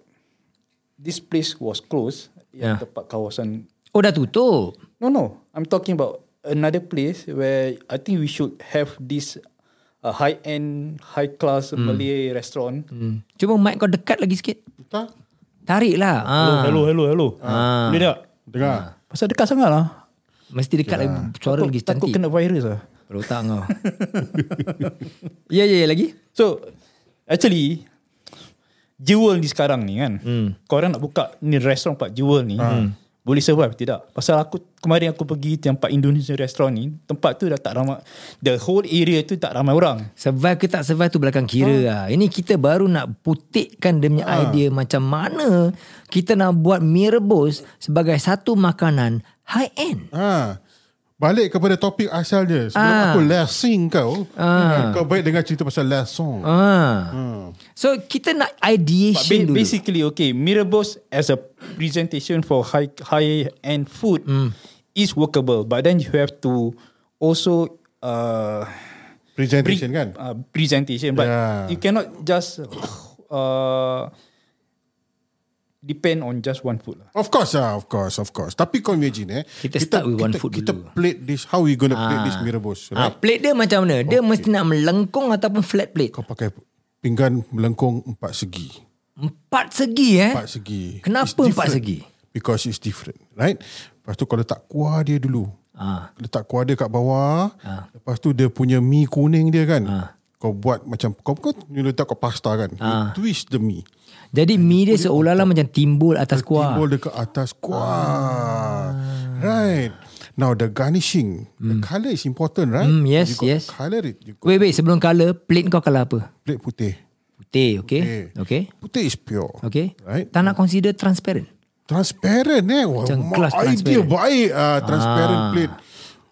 Speaker 9: this place was closed, yang
Speaker 1: Yeah.
Speaker 9: tempat kawasan.
Speaker 1: Oh dah tutup.
Speaker 9: No, no. I'm talking about another place where I think we should have this uh, high-end, high-class Malay restaurant.
Speaker 1: Hmm. Cuba mic kau dekat lagi sikit.
Speaker 2: Tak.
Speaker 1: Tariklah. Ha.
Speaker 9: Hello, hello, hello.
Speaker 1: Ah.
Speaker 9: Boleh tak?
Speaker 2: Dengar.
Speaker 9: Pasal dekat sangat lah.
Speaker 1: Mesti dekat
Speaker 2: Ya.
Speaker 1: lagi suara
Speaker 9: Takut,
Speaker 1: lagi
Speaker 9: takut
Speaker 1: cantik.
Speaker 9: kena virus lah.
Speaker 1: Pada otak kau. ya ya ya lagi.
Speaker 9: So, actually, jewel ni sekarang ni kan, mm. korang nak buka ni restoran tempat jewel ni, boleh survive tidak? Pasal aku, kemarin aku pergi tempat Indonesian restaurant ni, tempat tu dah tak ramai, the whole area tu tak ramai orang.
Speaker 1: Survive ke tak survive tu belakang kira lah. Ini kita baru nak putikkan dia punya idea macam mana kita nak buat mie rebus sebagai satu makanan high end.
Speaker 2: Ha. Balik kepada topik asal dia. Sebelum
Speaker 1: Ah.
Speaker 2: aku lasing kau, eh,
Speaker 1: Ah.
Speaker 2: kau baik dengar cerita pasal lason.
Speaker 1: Ah. So kita nak
Speaker 9: But
Speaker 1: ideation
Speaker 9: ba-
Speaker 1: dulu.
Speaker 9: basically, okay, Mirabos as a presentation for high high end food is workable, but then you have to also uh,
Speaker 2: Presentation kan?
Speaker 9: Uh, presentation, but
Speaker 2: Yeah.
Speaker 9: you cannot just uh, depend on just one food. lah.
Speaker 2: Of course lah, of course, of course. Tapi kau imagine eh.
Speaker 1: Kita start with one
Speaker 2: kita,
Speaker 1: food
Speaker 2: Kita
Speaker 1: dulu.
Speaker 2: plate this, how we gonna plate
Speaker 1: Ah.
Speaker 2: this mirabos,
Speaker 1: Ah,
Speaker 2: right?
Speaker 1: plate dia macam mana? Dia mesti nak melengkung ataupun flat plate.
Speaker 2: Kau pakai pinggan melengkung empat segi.
Speaker 1: Empat segi eh.
Speaker 2: Empat segi.
Speaker 1: Kenapa
Speaker 2: It's
Speaker 1: empat
Speaker 2: different.
Speaker 1: segi?
Speaker 2: Because it's different, right? Lepas tu kau letak kuah dia dulu.
Speaker 1: Ah.
Speaker 2: Letak kuah dia kat bawah. Lepas tu dia punya mi kuning dia kan.
Speaker 1: Ah.
Speaker 2: Kau buat macam, kau, kau you letak kau pasta kan.
Speaker 1: Ah.
Speaker 2: You twist the mi.
Speaker 1: Jadi mie dia seolah-olah macam timbul atas kuah. Ah.
Speaker 2: Timbul dekat atas kuah. Right. Now the garnishing, the colour is important, right?
Speaker 1: Hmm, yes,
Speaker 2: you got
Speaker 1: yes.
Speaker 2: Colour it. You got
Speaker 1: Wait, wait. Sebelum colour, plate kau colour apa?
Speaker 2: plate putih.
Speaker 1: Putih, okay? Okay.
Speaker 2: Putih is pure.
Speaker 1: Okay.
Speaker 2: Right.
Speaker 1: Tak nak consider transparent.
Speaker 2: Transparent eh. Wah,
Speaker 1: Macam
Speaker 2: mak,
Speaker 1: kelas
Speaker 2: idea
Speaker 1: transparent. Ah.
Speaker 2: baik ah, transparent plate.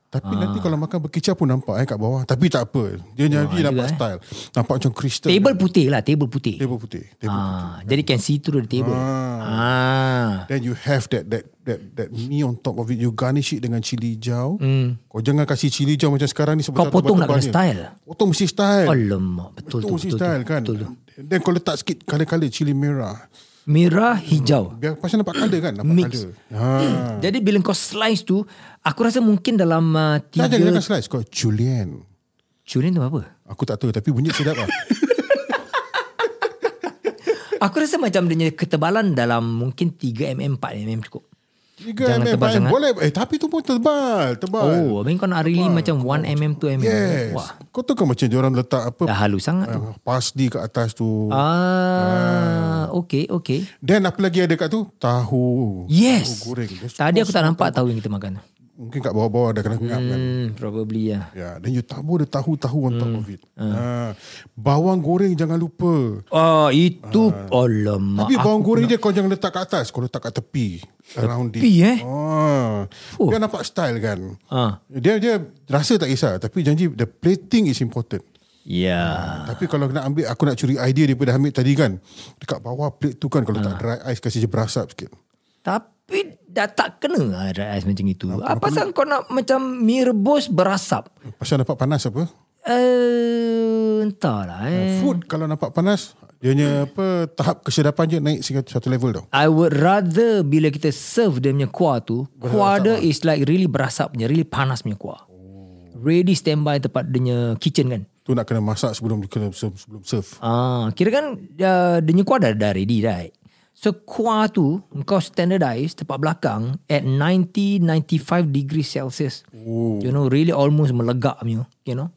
Speaker 2: Tapi nanti kalau makan berkicau pun nampak eh kat bawah. Tapi tak apa. Dia jadi nampak
Speaker 1: juga, eh.
Speaker 2: style. Nampak macam kristal.
Speaker 1: Table putih lah, table putih.
Speaker 2: Table putih. Table.
Speaker 1: Ah, jadi can see through the table. Ah.
Speaker 2: Then you have that that that that mi on top of it. You garnish it dengan cili hijau. Kau jangan kasih cili hijau macam sekarang ni sebab
Speaker 1: Hmm. Kau potong nak kena
Speaker 2: tebal-tebal ni.
Speaker 1: style.
Speaker 2: Potong mesti style.
Speaker 1: Alamak, betul
Speaker 2: Potong
Speaker 1: tu.
Speaker 2: mesti
Speaker 1: betul tu,
Speaker 2: style kan.
Speaker 1: Betul tu.
Speaker 2: Then kau letak sikit kala-kala cili merah.
Speaker 1: Merah, hijau.
Speaker 2: Biar pasal nampak colour kan, nampak
Speaker 1: Mix.
Speaker 2: colour. Ha.
Speaker 1: Jadi bila kau slice tu, aku rasa mungkin dalam uh,
Speaker 2: Jangan jangan
Speaker 1: tiga...
Speaker 2: jangan slice kau julienne.
Speaker 1: Curin tu apa?
Speaker 2: Aku tak tahu tapi bunyi sedap lah.
Speaker 1: Aku rasa macam dia punya ketebalan dalam mungkin 3mm, 4mm cukup.
Speaker 2: Tiga
Speaker 1: Jangan
Speaker 2: mm
Speaker 1: tebal
Speaker 2: tebal
Speaker 1: sangat.
Speaker 2: boleh. Eh tapi tu pun tebal, tebal.
Speaker 1: Oh, abang kau nak really macam 1mm, 2mm.
Speaker 2: Oh, Yes.
Speaker 1: Wah,
Speaker 2: Kau tahu kan macam diorang letak apa?
Speaker 1: dah Ah. halus sangat tu.
Speaker 2: Uh, pasdi kat atas tu.
Speaker 1: Ah, okay, okay.
Speaker 2: Then apa lagi ada kat tu? Tahu.
Speaker 1: Yes.
Speaker 2: Tahu Oh, goreng. Dia
Speaker 1: Tadi aku tak nampak tahu yang kita makan.
Speaker 2: Mungkin kat bawah-bawah ada kena ngap kan.
Speaker 1: Hmm, probably ya.
Speaker 2: Ya, yeah, then you tabur dia tahu-tahu on top of it. Ah, bawang goreng jangan lupa.
Speaker 1: Oh, itu alamak.
Speaker 2: Ah. Tapi bawang goreng je kau jangan letak kat atas, kau letak kat tepi. Around
Speaker 1: Tepi,
Speaker 2: it.
Speaker 1: eh?
Speaker 2: Ah.
Speaker 1: Oh.
Speaker 2: Biar nampak style kan.
Speaker 1: Ah.
Speaker 2: Dia dia rasa tak kisah, tapi janji the plating is important.
Speaker 1: Ya.
Speaker 2: Tapi kalau nak ambil Aku nak curi idea Daripada Hamid tadi kan Dekat bawah plate tu kan
Speaker 1: Ah.
Speaker 2: Kalau tak dry ice Kasih je berasap sikit
Speaker 1: Tapi dah tak kena rice macam itu. Apa pasal kau nak macam mie rebus berasap?
Speaker 2: Pasal nampak panas apa
Speaker 1: Eh, entahlah eh.
Speaker 2: Food kalau nampak panas Dia punya apa tahap kesedapan je naik sehingga satu level tau.
Speaker 1: I would rather bila kita serve dia punya kuah tu, kuah dia is like really berasap punya, really panas punya kuah. Oh. Ready standby tempat dia punya kitchen kan.
Speaker 2: Tu nak kena masak sebelum kena sebelum serve.
Speaker 1: Ah, kira kan uh, dia punya kuah dah, dah ready right? So kuah tu kau standardize tempat belakang at 90-95 degree Celsius. Ooh.
Speaker 2: Oh.
Speaker 1: You know really almost melegak punya, you know.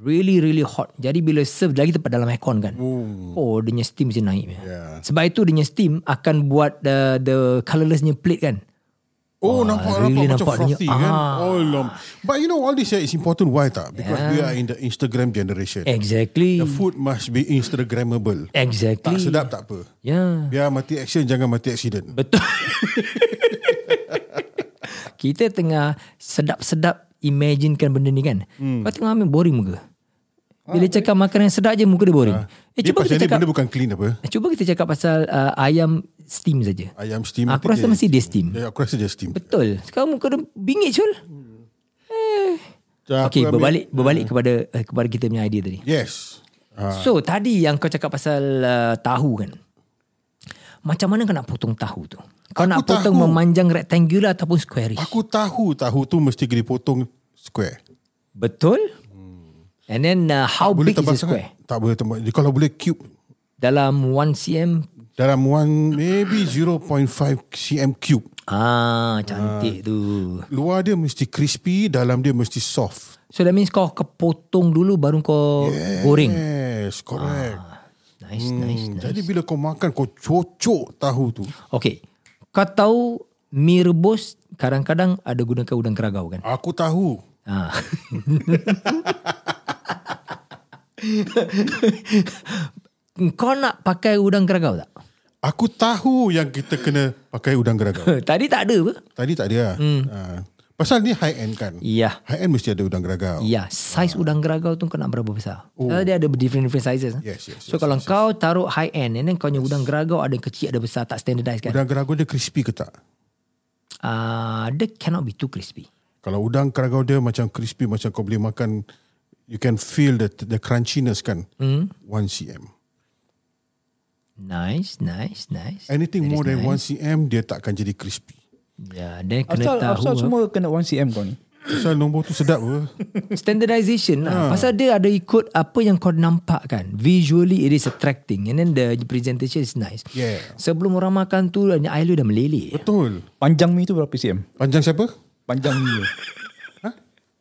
Speaker 1: Really really hot. Jadi bila serve lagi tempat dalam aircon kan. Ooh. Oh, dia punya steam mesti naik. Yeah. Sebab itu dia punya steam akan buat the, the colourlessnya plate kan.
Speaker 2: Oh, nampak really nampak, macam
Speaker 1: nampaknya.
Speaker 2: frothy kan.
Speaker 1: Ah.
Speaker 2: Oh, lom. But you know all this yeah, is important why tak? Because yeah. we are in the Instagram generation.
Speaker 1: Eh. Exactly.
Speaker 2: The food must be Instagrammable.
Speaker 1: Exactly.
Speaker 2: Tak sedap tak apa.
Speaker 1: Yeah.
Speaker 2: Biar mati action jangan mati accident.
Speaker 1: Betul. kita tengah sedap-sedap imaginekan benda ni kan. Hmm. Kau tengok Amin boring muka. Bila
Speaker 2: Ah,
Speaker 1: cakap makanan sedap je muka dia boring. Eh,
Speaker 2: Ni
Speaker 1: cuba
Speaker 2: Ah. pasal
Speaker 1: kita
Speaker 2: ni
Speaker 1: cakap eh,
Speaker 2: benda bukan clean apa.
Speaker 1: cuba kita cakap pasal uh, ayam steam saja.
Speaker 2: Ayam steam.
Speaker 1: Aku
Speaker 2: nanti
Speaker 1: rasa mesti dia steam.
Speaker 2: Ya, aku rasa dia steam.
Speaker 1: Betul. Sekarang muka dia bingit cul.
Speaker 2: Macam
Speaker 1: Okey,
Speaker 2: Hmm. aku ambil-
Speaker 1: berbalik berbalik kepada eh, kepada kita punya idea tadi.
Speaker 2: Yes. Ah,
Speaker 1: So, tadi yang kau cakap pasal uh, tahu kan. Macam mana kau nak potong tahu tu? Kau
Speaker 2: Aku
Speaker 1: nak potong
Speaker 2: tahu. Ah.
Speaker 1: memanjang rectangular ataupun squarish?
Speaker 2: aku tahu tahu tu mesti kena potong square.
Speaker 1: Betul. And then uh, how
Speaker 2: Hmm. boleh
Speaker 1: big is
Speaker 2: kan? tebal
Speaker 1: the
Speaker 2: sangat.
Speaker 1: square?
Speaker 2: Tak boleh tebal. Dia Kalau boleh cube
Speaker 1: Dalam 1 cm.
Speaker 2: dalam one maybe 0.5 cm cube.
Speaker 1: Ah, cantik tu.
Speaker 2: Luar dia mesti crispy, dalam dia mesti soft.
Speaker 1: So that means kau kau potong dulu baru kau yeah. goreng.
Speaker 2: Yes, correct. Ah,
Speaker 1: Nice, hmm. nice, nice.
Speaker 2: Jadi bila kau makan kau cocok tahu tu.
Speaker 1: Okay. Kau tahu mie rebus kadang-kadang ada gunakan udang keragau kan?
Speaker 2: Aku tahu.
Speaker 1: Ah. kau nak pakai udang keragau tak?
Speaker 2: Aku tahu yang kita kena pakai udang geragau.
Speaker 1: Tadi tak ada apa?
Speaker 2: Tadi tak ada lah. Hmm. pasal ni high end kan.
Speaker 1: Ya.
Speaker 2: High end mesti ada udang geragau.
Speaker 1: Ya, saiz
Speaker 2: Ah.
Speaker 1: udang geragau tu kau nak berapa besar? Oh. Dia ada different different sizes. eh?
Speaker 2: Yes, yes,
Speaker 1: so
Speaker 2: yes,
Speaker 1: kalau kau taruh high end and then kau punya udang geragau ada kecil ada besar tak standardized kan?
Speaker 2: Udang geragau dia crispy ke tak?
Speaker 1: Ah, uh, dia cannot be too crispy.
Speaker 2: Kalau udang keragau dia macam crispy macam kau boleh makan you can feel the the crunchiness kan.
Speaker 1: Hmm.
Speaker 2: Mm. 1 cm.
Speaker 1: Nice, nice, nice.
Speaker 2: Anything
Speaker 1: That is
Speaker 2: more than
Speaker 1: nice.
Speaker 2: 1 cm dia takkan jadi crispy.
Speaker 1: Ya, yeah, then kena
Speaker 9: Asal,
Speaker 1: tahu.
Speaker 9: asal semua kena 1cm kau ni
Speaker 2: Pasal nombor tu sedap ke?
Speaker 1: standardization
Speaker 2: Ah.
Speaker 1: lah. Pasal dia ada ikut apa yang kau nampak kan. Visually it is attracting and then the presentation is nice.
Speaker 2: Yeah.
Speaker 1: Sebelum orang makan tu air lu dah meleleh.
Speaker 2: Betul.
Speaker 9: Panjang mi tu berapa cm?
Speaker 2: Panjang siapa?
Speaker 9: Panjang mi tu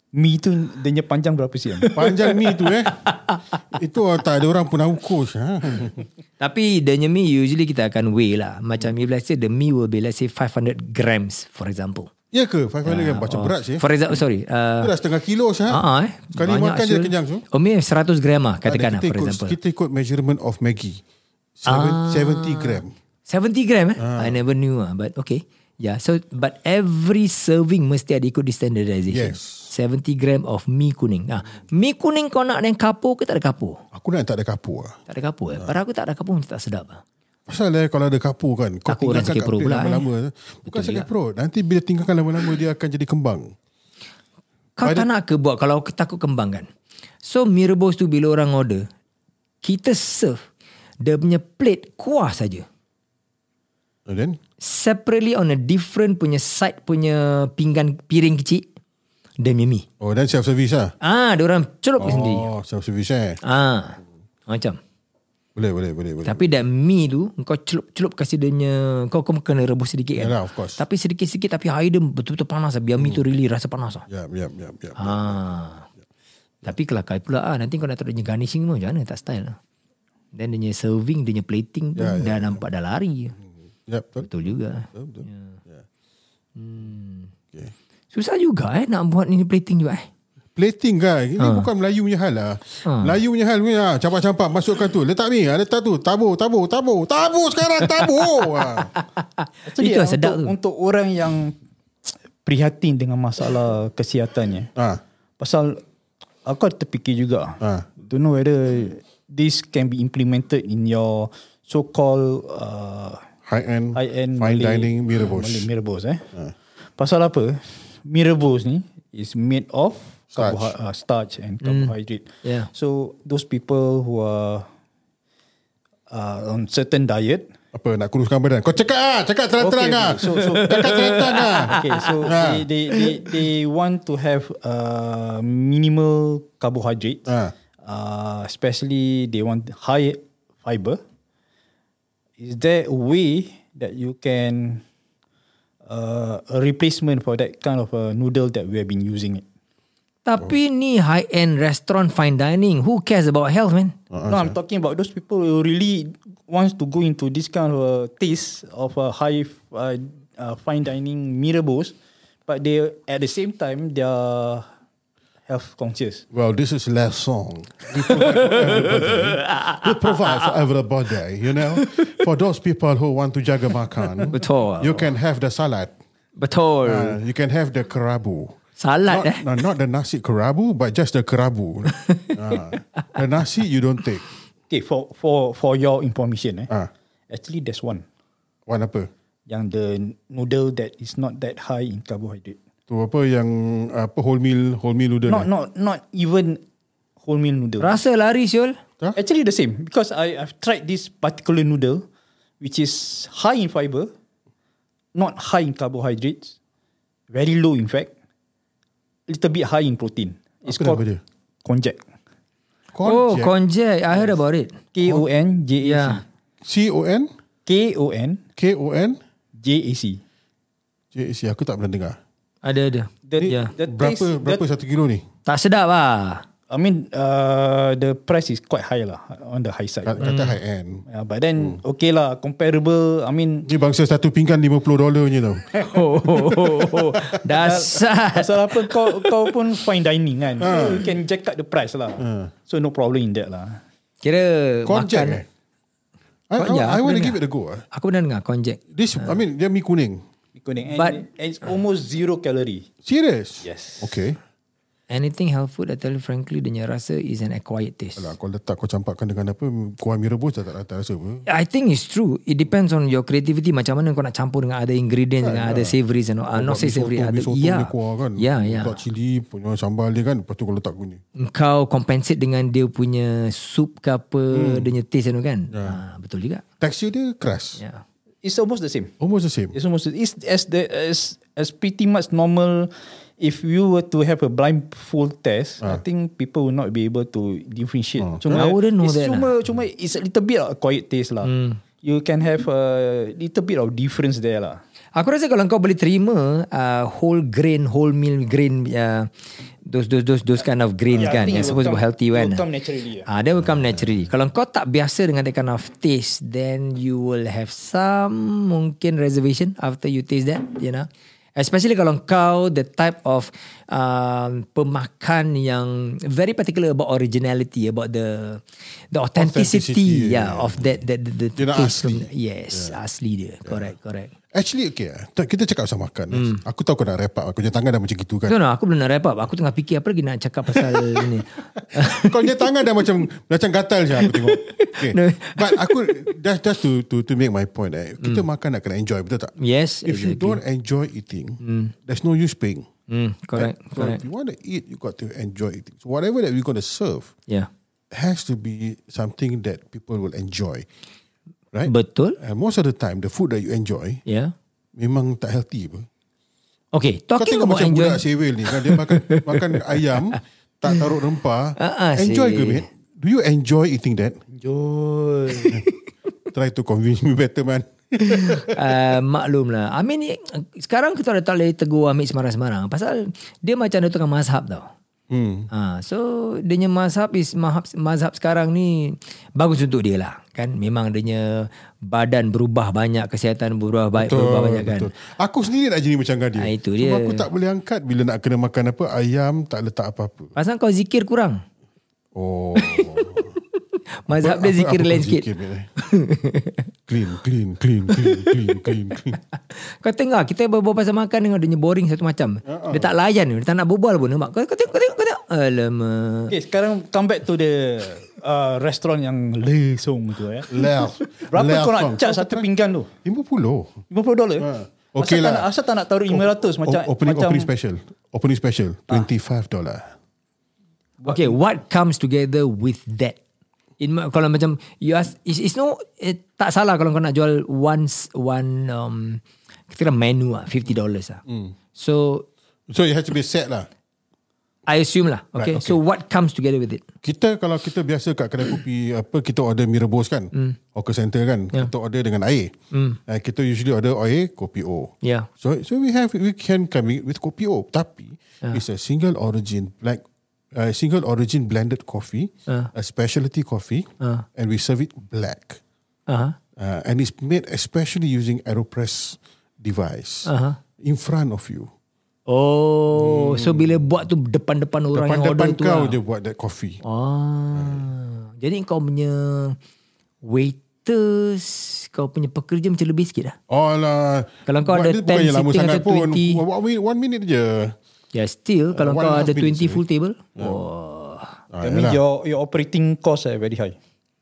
Speaker 9: Mi tu dia punya panjang berapa cm?
Speaker 2: Panjang ni tu eh. Itu ah, tak ada orang pernah ukus. Ha?
Speaker 1: Tapi the mie usually kita akan weigh lah. Macam if let's say the mie will be let's say 500 grams for example.
Speaker 2: Ya ke? 500 gram macam berat sih.
Speaker 1: Ah, For example, sorry.
Speaker 2: Itu
Speaker 1: Uh,
Speaker 2: dah setengah kilo sih.
Speaker 1: uh, eh.
Speaker 2: Sekali
Speaker 1: Banyak
Speaker 2: makan je
Speaker 1: siul.
Speaker 2: kenyang tu.
Speaker 1: Oh, mie 100 gram lah
Speaker 2: Tak ada,
Speaker 1: katakan lah for
Speaker 2: kita, ikut,
Speaker 1: example. Ah.
Speaker 2: kita ikut measurement of Maggi. Seven, 70 gram.
Speaker 1: 70 gram eh? I never knew ah, but okay. Yeah, so but every serving mesti ada ikut the standardization.
Speaker 2: Yes.
Speaker 1: 70 gram of mie kuning. Ah, mie kuning kau nak dengan kapur ke tak ada kapur?
Speaker 2: Aku nak tak ada kapur lah.
Speaker 1: Tak ada kapur eh. Pada aku tak ada kapur macam tak sedap ah.
Speaker 2: Pasal eh, kalau ada kapur kan, kau
Speaker 1: Takut orang
Speaker 2: tinggalkan
Speaker 1: sakit
Speaker 2: kat
Speaker 1: perut
Speaker 2: plate
Speaker 1: pula, eh.
Speaker 2: lama-lama. Eh. Bukan sakit perut. Nanti bila tinggalkan lama-lama, dia akan jadi kembang.
Speaker 1: Kau tak nak ke buat kalau aku takut kembang kan? So mie rebus tu bila orang order, kita serve dia punya plate kuah saja.
Speaker 2: And Oh, then,
Speaker 1: Separately on a different punya side punya pinggan piring kecil dia punya mie.
Speaker 2: oh, then self-service lah.
Speaker 1: Ah, dia orang celup oh. sendiri.
Speaker 2: Oh, self-service eh.
Speaker 1: Ah, macam.
Speaker 2: Boleh, boleh, boleh. boleh.
Speaker 1: Tapi that mie tu kau celup-celup kasi dia punya kau kau kena rebus sedikit kan.
Speaker 2: Yalah, Ya lah, of course. Oh.
Speaker 1: Tapi sedikit-sedikit tapi air dia betul-betul panas lah. Biar mie tu really rasa panas lah.
Speaker 2: Yap, yap, yap, yap.
Speaker 1: Ha.
Speaker 2: Ah.
Speaker 1: Tapi kelakai pula ah nanti kau nak taruh dia punya garnishing pun macam mana tak style lah. Then dia punya serving, dia punya plating pun yeah,
Speaker 2: Ya,
Speaker 1: dah yeah, nampak dah lari.
Speaker 2: Yap, betul.
Speaker 1: Betul juga.
Speaker 2: betul.
Speaker 1: Ya.
Speaker 2: Okay.
Speaker 1: Susah juga eh nak buat ni plating juga eh.
Speaker 2: Plating kan Ini
Speaker 1: Ah.
Speaker 2: bukan Melayu punya hal lah Melayu punya hal ni lah, Campak-campak Masukkan tu Letak ni ah, Letak tu Tabur Tabur Tabur Tabur sekarang Tabur ha.
Speaker 9: Itu dia
Speaker 1: Itu yang sedap
Speaker 9: ya, untuk,
Speaker 1: tu.
Speaker 9: Untuk orang yang prihatin dengan masalah kesihatannya
Speaker 2: ha.
Speaker 9: Pasal aku ada terfikir juga.
Speaker 2: Ha.
Speaker 9: Don't know whether this can be implemented in your so-called uh,
Speaker 2: High end
Speaker 9: high-end
Speaker 2: Fine
Speaker 9: Malay- Ah,
Speaker 2: dining Ah. Mirabos
Speaker 9: Malay mirabos eh. Pasal apa? Mirabos ni is made of
Speaker 2: Starch.
Speaker 9: Carbohy- uh, starch and carbohydrate.
Speaker 1: Yeah.
Speaker 9: So those people who are uh, on certain diet.
Speaker 2: Apa nak kuruskan badan Kau cakap lah Cakap terang-terang
Speaker 9: okay.
Speaker 2: lah
Speaker 9: So, so
Speaker 2: Cakap terang-terang lah
Speaker 9: okay, so
Speaker 2: Ah.
Speaker 9: they, they they they want to have uh, minimal carbohydrates,
Speaker 2: Ah.
Speaker 9: uh, especially they want high fiber. Is there a way that you can uh, a replacement for that kind of a noodle that we have been using it?
Speaker 1: Tapi ni high end restaurant fine dining. Who cares about health man?
Speaker 2: Ah,
Speaker 9: no, I'm talking about those people who really wants to go into this kind of a taste of a high uh, uh, fine dining mirabos, but they at the same time they are health conscious.
Speaker 2: Well, this is last song. We provide for everybody. We provide for everybody, you know. For those people who want to jaga makan,
Speaker 1: Betul.
Speaker 2: you can have the salad.
Speaker 1: Betul.
Speaker 2: Uh, you can have the kerabu.
Speaker 1: Salad
Speaker 2: Not,
Speaker 1: eh.
Speaker 2: no, not the nasi kerabu, but just the kerabu. Uh, the nasi you don't take.
Speaker 9: Okay, for for for your information, eh,
Speaker 2: Ah.
Speaker 9: actually there's one
Speaker 2: One apa?
Speaker 9: yang the noodle that is not that high in carbohydrate.
Speaker 2: Tu apa yang apa wholemeal wholemeal noodle?
Speaker 9: Not
Speaker 2: eh?
Speaker 9: not not even wholemeal noodle.
Speaker 1: Rasa lari Syul.
Speaker 2: Huh?
Speaker 9: Actually the same because I I've tried this particular noodle which is high in fiber, not high in carbohydrates, very low in fat, little bit high in protein. It's
Speaker 2: Apa
Speaker 9: called
Speaker 2: nama dia?
Speaker 9: konjac.
Speaker 1: Oh,
Speaker 2: Konjac.
Speaker 1: konjac. I heard about it.
Speaker 9: K O N J A C.
Speaker 1: Yeah.
Speaker 2: C O N
Speaker 9: K O N
Speaker 2: K O N
Speaker 9: J A C.
Speaker 2: J C aku tak pernah dengar.
Speaker 1: Ada ada.
Speaker 9: The,
Speaker 1: yeah.
Speaker 9: the
Speaker 2: Berapa
Speaker 9: taste-
Speaker 2: berapa
Speaker 9: The,
Speaker 2: satu kilo ni?
Speaker 1: Tak sedap lah.
Speaker 9: I mean, uh, the price is quite high lah on the high side.
Speaker 2: Kata, kata high Hmm. end.
Speaker 9: Yeah, but then okay lah, comparable. I mean,
Speaker 2: Ni bangsa satu pinggan 50 dolar je tau.
Speaker 1: Oh, oh, oh, oh. Dasar.
Speaker 9: Pasal apa kau kau pun fine dining kan. So
Speaker 2: Hmm.
Speaker 9: you can jack up the price lah. So no problem in that lah.
Speaker 1: Kira
Speaker 2: Konjac
Speaker 1: makan.
Speaker 2: eh? I,
Speaker 1: Konjac,
Speaker 2: I, I
Speaker 1: aku
Speaker 2: want to
Speaker 1: dengar.
Speaker 2: give it a go. ah.
Speaker 1: Aku pernah dengar konjac.
Speaker 2: This, I mean, dia mi kuning.
Speaker 9: Kuning. And,
Speaker 1: But-
Speaker 9: and it's almost zero calorie.
Speaker 2: Serious?
Speaker 9: Yes.
Speaker 2: Okay.
Speaker 1: Anything health food, I tell you frankly, dia punya rasa is an acquired taste.
Speaker 2: Alah, kau letak, kau campakkan dengan apa, kuah mi rebus dah tak, tak, tak rasa apa.
Speaker 1: I think it's true. It depends on your creativity. Macam mana kau nak campur dengan other ingredients, dengan other savories and all. Uh, not say savory,
Speaker 2: mi
Speaker 1: other. Ya,
Speaker 2: Oh, soto
Speaker 1: yeah.
Speaker 2: ni kuah kan.
Speaker 1: Yeah, yeah.
Speaker 2: Letak cili, punya sambal dia kan, lepas tu kau letak guni.
Speaker 1: Kau compensate dengan dia punya soup ke apa,
Speaker 2: Hmm.
Speaker 1: dia punya taste tu kan.
Speaker 2: Ya.
Speaker 1: Ah, betul juga. Ya.
Speaker 2: Texture dia keras.
Speaker 1: Yeah.
Speaker 9: It's almost the same.
Speaker 2: Almost the same.
Speaker 9: It's almost it's as the as as pretty much normal. If you were to have a blindfold test,
Speaker 2: Ah.
Speaker 9: I think people will not be able to differentiate.
Speaker 1: I
Speaker 9: Cuma,
Speaker 1: wouldn't know
Speaker 9: it's
Speaker 1: that
Speaker 9: Cuma, cuma it's a little bit of quiet taste lah. You can have a little bit of difference there lah.
Speaker 1: Aku rasa kalau kau boleh terima uh, whole grain, whole meal grain, uh, those those those those kind of grains
Speaker 9: Yeah, I
Speaker 1: kan, yang
Speaker 9: think it will
Speaker 1: supposed to be
Speaker 9: come-
Speaker 1: healthy
Speaker 9: it
Speaker 1: kan.
Speaker 9: will come naturally, yeah.
Speaker 1: Ah, uh, will come naturally. Kalau kau tak biasa dengan that kind of taste, then you will have some mungkin reservation after you taste that, you know. Especially kalau kau the type of um, pemakan yang very particular about originality, about the the authenticity,
Speaker 2: Authenticity,
Speaker 1: yeah, of that that the, the
Speaker 2: Dia nak
Speaker 1: taste.
Speaker 2: asli.
Speaker 1: From, yes, asli dia. Correct, correct.
Speaker 2: Actually, okay. eh, tak- Kita cakap pasal makan. eh. Aku tahu kau nak wrap up. Aku punya tangan dah macam gitu kan.
Speaker 1: No, no, aku belum nak wrap up. Aku tengah fikir apa lagi nak cakap pasal ini.
Speaker 2: Kau punya tangan dah macam macam gatal je aku tengok. Okay.
Speaker 1: No.
Speaker 2: But aku just just to to to make my point eh. Kita makan nak kena enjoy betul tak?
Speaker 1: Hmm. Yes,
Speaker 2: If you
Speaker 1: exactly.
Speaker 2: don't enjoy eating, there's no use paying.
Speaker 1: Hmm, correct,
Speaker 2: So
Speaker 1: correct.
Speaker 2: if you want to eat, you got to enjoy eating. So whatever that we're going to serve
Speaker 1: Yeah.
Speaker 2: has to be something that people will enjoy. Right?
Speaker 1: Betul.
Speaker 2: And most of the time the food that you enjoy
Speaker 1: Yeah.
Speaker 2: memang tak healthy apa.
Speaker 1: Okay,
Speaker 2: Kau
Speaker 1: talking
Speaker 2: tengok
Speaker 1: about
Speaker 2: macam
Speaker 1: enjoy.
Speaker 2: budak sewil ni kan dia makan makan ayam tak taruh rempah.
Speaker 1: Ah, ah,
Speaker 2: enjoy ke
Speaker 1: sih.
Speaker 2: mate? Do you enjoy eating that?
Speaker 9: Enjoy.
Speaker 2: Try to convince me better man.
Speaker 1: uh, maklum lah. I mean, eh, sekarang kita dah tak boleh tegur Amir semarang-semarang. Pasal dia macam ada tukang mazhab tau. Hmm. Ha, so, dia punya mazhab, is, mazhab, mazhab sekarang ni bagus untuk dia lah. Kan? Memang dia punya badan berubah banyak, kesihatan berubah baik, betul, berubah banyak kan.
Speaker 2: Betul. Aku sendiri nak jadi macam dia.
Speaker 1: Ah, itu
Speaker 2: Cuma
Speaker 1: dia.
Speaker 2: aku tak boleh angkat bila nak kena makan apa ayam tak letak apa-apa.
Speaker 1: Pasal kau zikir kurang.
Speaker 2: Oh.
Speaker 1: Mazhab dia zikir lain sikit.
Speaker 2: zikir, mate? clean, clean, clean, clean, clean, clean, clean.
Speaker 1: Kau tengok kita berbual pasal makan dengan dia punya boring satu macam. Uh-uh. Dia tak layan, dia tak nak berbual pun. Nampak? Kau, kau tengok, kau tengok, kau tengok. Alamak.
Speaker 9: Okay, sekarang come back to the uh, restoran yang lesong tu eh.
Speaker 2: Left.
Speaker 9: Berapa
Speaker 2: left
Speaker 9: kau nak
Speaker 2: song.
Speaker 9: charge satu pinggan tu?
Speaker 2: 50.
Speaker 9: 50 dolar?
Speaker 2: Ha. Okay
Speaker 9: asal
Speaker 2: lah.
Speaker 9: Tak nak, asal tak nak taruh 500
Speaker 2: O-
Speaker 9: macam
Speaker 2: opening,
Speaker 9: macam Ah.
Speaker 2: opening special. Opening special. $25.
Speaker 1: Okay, what comes together with that? in, ma- kalau macam you ask, it's, it's no it, tak salah kalau kau nak jual one s- one um kita kira menu ah $50 lah.
Speaker 2: Hmm.
Speaker 1: Mm. So
Speaker 2: So it has to be set lah.
Speaker 1: I assume lah. Okay?
Speaker 2: Right,
Speaker 1: okay. So what comes together with it?
Speaker 2: Kita kalau kita biasa kat kedai kopi apa kita order mie rebus kan. Mm.
Speaker 9: Hmm.
Speaker 2: Hawker center kan. Yeah.
Speaker 9: Ya.
Speaker 2: Kita order dengan air. Mm. Uh, kita usually order air kopi O.
Speaker 9: Ya.
Speaker 1: Yeah.
Speaker 2: So so we have we can coming with kopi O tapi
Speaker 9: Ya.
Speaker 2: yeah. it's a single origin black uh, single origin blended coffee, uh.
Speaker 9: Ya.
Speaker 2: a specialty coffee uh. and we serve it black.
Speaker 1: Uh-huh.
Speaker 2: Uh, and it's made especially using Aeropress device
Speaker 1: Uh-huh.
Speaker 2: in front of you.
Speaker 1: Oh, hmm. so bila buat tu depan-depan orang depan yang order
Speaker 2: Depan-depan
Speaker 1: tu.
Speaker 2: kau
Speaker 1: lah.
Speaker 2: je buat that coffee.
Speaker 1: Ah. Jadi kau punya waiters, kau punya pekerja macam lebih sikit lah.
Speaker 2: Oh lah.
Speaker 1: Kalau kau ada
Speaker 2: Buat dia bukannya
Speaker 1: 10
Speaker 2: lama
Speaker 1: sitting
Speaker 2: sangat
Speaker 1: atau
Speaker 2: pun.
Speaker 1: 20.
Speaker 2: One minute, one minute je.
Speaker 1: Ya, yeah, still kalau
Speaker 2: Uh, one
Speaker 1: kau
Speaker 2: and a
Speaker 1: ada
Speaker 2: half minutes
Speaker 1: 20 full table, wah.
Speaker 2: Ah,
Speaker 9: That means
Speaker 2: yalah.
Speaker 9: your, your operating cost are very high.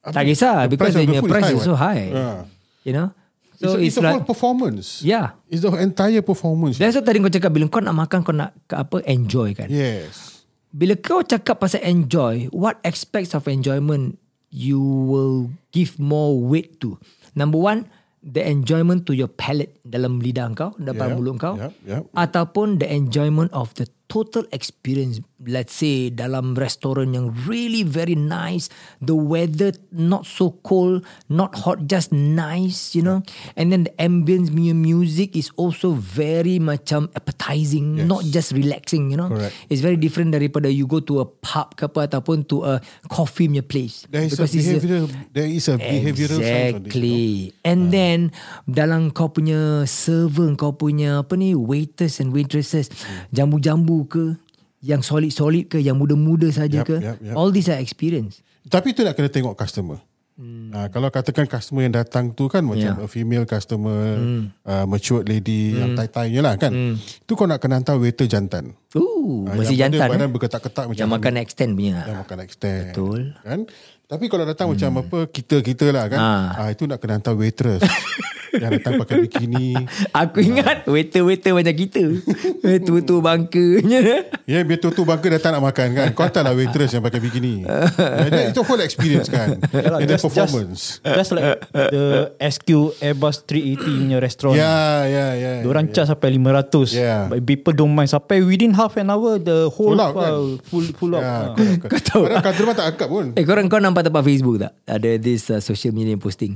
Speaker 1: Tak kisah
Speaker 2: The
Speaker 1: because
Speaker 2: price
Speaker 1: the,
Speaker 2: of the
Speaker 1: the
Speaker 2: food is
Speaker 1: price
Speaker 2: high,
Speaker 1: is so
Speaker 2: what?
Speaker 1: high.
Speaker 2: Ah.
Speaker 1: You know?
Speaker 2: So
Speaker 1: So it's,
Speaker 2: it's, it's, a
Speaker 1: like
Speaker 2: whole performance.
Speaker 1: Yeah.
Speaker 2: It's the entire performance.
Speaker 1: That's what tadi kau cakap bila kau nak makan kau nak ke apa enjoy kan.
Speaker 2: yes.
Speaker 1: Bila kau cakap pasal enjoy, what aspects of enjoyment you will give more weight to? Number one, the enjoyment to your palate dalam lidah kau, dalam
Speaker 2: Yeah,
Speaker 1: mulut kau.
Speaker 2: yeah, yeah.
Speaker 1: Ataupun the enjoyment of the total experience. Let's say dalam restoran yang really very nice, the weather not so cold, not hot, just nice, you know. And then the ambience punya music is also very macam appetizing,
Speaker 2: Yes.
Speaker 1: not just relaxing, you know.
Speaker 2: Correct.
Speaker 1: It's very different daripada you go to a pub ke apa ataupun to a coffee punya place.
Speaker 2: There is
Speaker 1: Because
Speaker 2: a
Speaker 1: it's
Speaker 2: behavior. there is a behavioral side of this. you know.
Speaker 1: Exactly.
Speaker 2: Hmm.
Speaker 1: And then dalam kau punya server, kau punya apa ni waiters and waitresses,
Speaker 2: Hmm.
Speaker 1: jambu-jambu ke, yang solid-solid ke, yang muda-muda saja
Speaker 2: Yup,
Speaker 1: ke.
Speaker 2: yup, yup.
Speaker 1: All these are experience.
Speaker 2: Tapi tu nak kena tengok customer. Hmm. Uh, kalau katakan customer yang datang tu kan macam
Speaker 1: Yeah.
Speaker 2: yeah. a female customer, hmm. uh, matured lady hmm. yang tai-tai je lah kan. Hmm. Tu kau nak kena hantar waiter jantan.
Speaker 1: Ooh,
Speaker 2: Ah,
Speaker 1: masih
Speaker 2: yang
Speaker 1: jantan.
Speaker 2: Yang badan
Speaker 1: eh?
Speaker 2: berketak-ketak macam
Speaker 1: Yang makan extend punya.
Speaker 2: Yang makan extend.
Speaker 1: Betul.
Speaker 2: Kan? Tapi kalau datang hmm. macam apa, kita-kita lah kan.
Speaker 1: Ah.
Speaker 2: Ah. itu nak kena hantar waitress. yang datang pakai bikini.
Speaker 1: Aku ingat waiter-waiter macam kita. Eh, Tua-tua bangkanya.
Speaker 2: Ya, yeah, biar tu bangka datang nak makan kan. Kau hantarlah waitress yang pakai bikini. Ya, that- Itu whole experience kan.
Speaker 9: Yalah,
Speaker 2: And the
Speaker 9: just-
Speaker 2: performance.
Speaker 9: Just like the SQ Airbus 380 punya restoran.
Speaker 2: Ya, ya, ya.
Speaker 9: Diorang charge sampai 500
Speaker 2: Yeah.
Speaker 9: But people don't mind Sampai within half an hour The whole
Speaker 2: Full out, kan?
Speaker 9: uh, Full, full out
Speaker 2: Ya,
Speaker 9: Ah.
Speaker 2: correct, correct.
Speaker 1: Kau tahu?
Speaker 2: Padahal customer tak akap pun.
Speaker 1: Eh korang kau nampak tempat Facebook tak? Ada this uh, social media posting.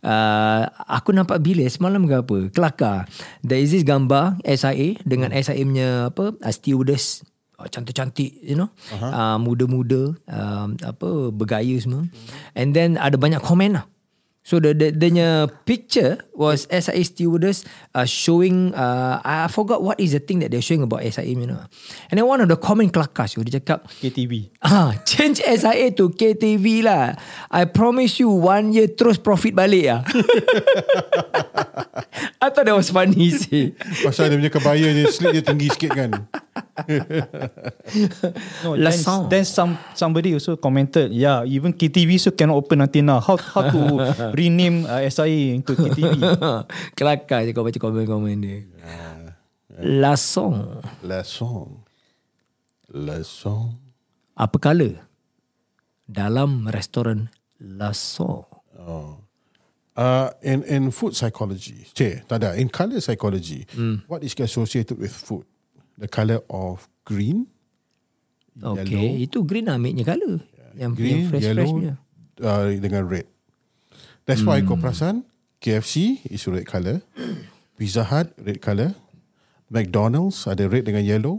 Speaker 1: Uh, aku nampak bila semalam ke apa? Kelakar. There is this gambar SIA dengan SIA punya apa? Uh, stewardess Uh, cantik-cantik you know uh-huh. uh, muda-muda um, apa bergaya semua and then ada banyak komen lah so the the, the picture was SIA stewardess uh, showing uh, I forgot what is the thing that they're showing about SIA you know and then one of the comment kelakar so dia cakap
Speaker 9: KTV
Speaker 1: Ah, change SIA to KTV lah. I promise you one year terus profit balik lah. I thought that was funny sih.
Speaker 2: Pasal dia punya kebaya dia slip dia tinggi sikit kan.
Speaker 9: no,
Speaker 1: La
Speaker 9: then,
Speaker 1: sound.
Speaker 9: then some somebody also commented Yeah even KTV so cannot open until now How how to rename uh, SIA Into KTV
Speaker 1: Ah, Kelakar je kau baca komen-komen dia. La song.
Speaker 2: La song. La song.
Speaker 1: Apa color? Dalam restoran La song.
Speaker 2: Uh, in in food psychology, cik, tak ada. In color psychology, what is associated with food? The color of green,
Speaker 1: Okay, itu green lah ambilnya color. Yang, yang
Speaker 2: green,
Speaker 1: fresh-fresh
Speaker 2: yellow,
Speaker 1: punya.
Speaker 2: uh, dengan red. That's why kau perasan KFC is red color, Pizza Hut red color, McDonald's ada red dengan yellow.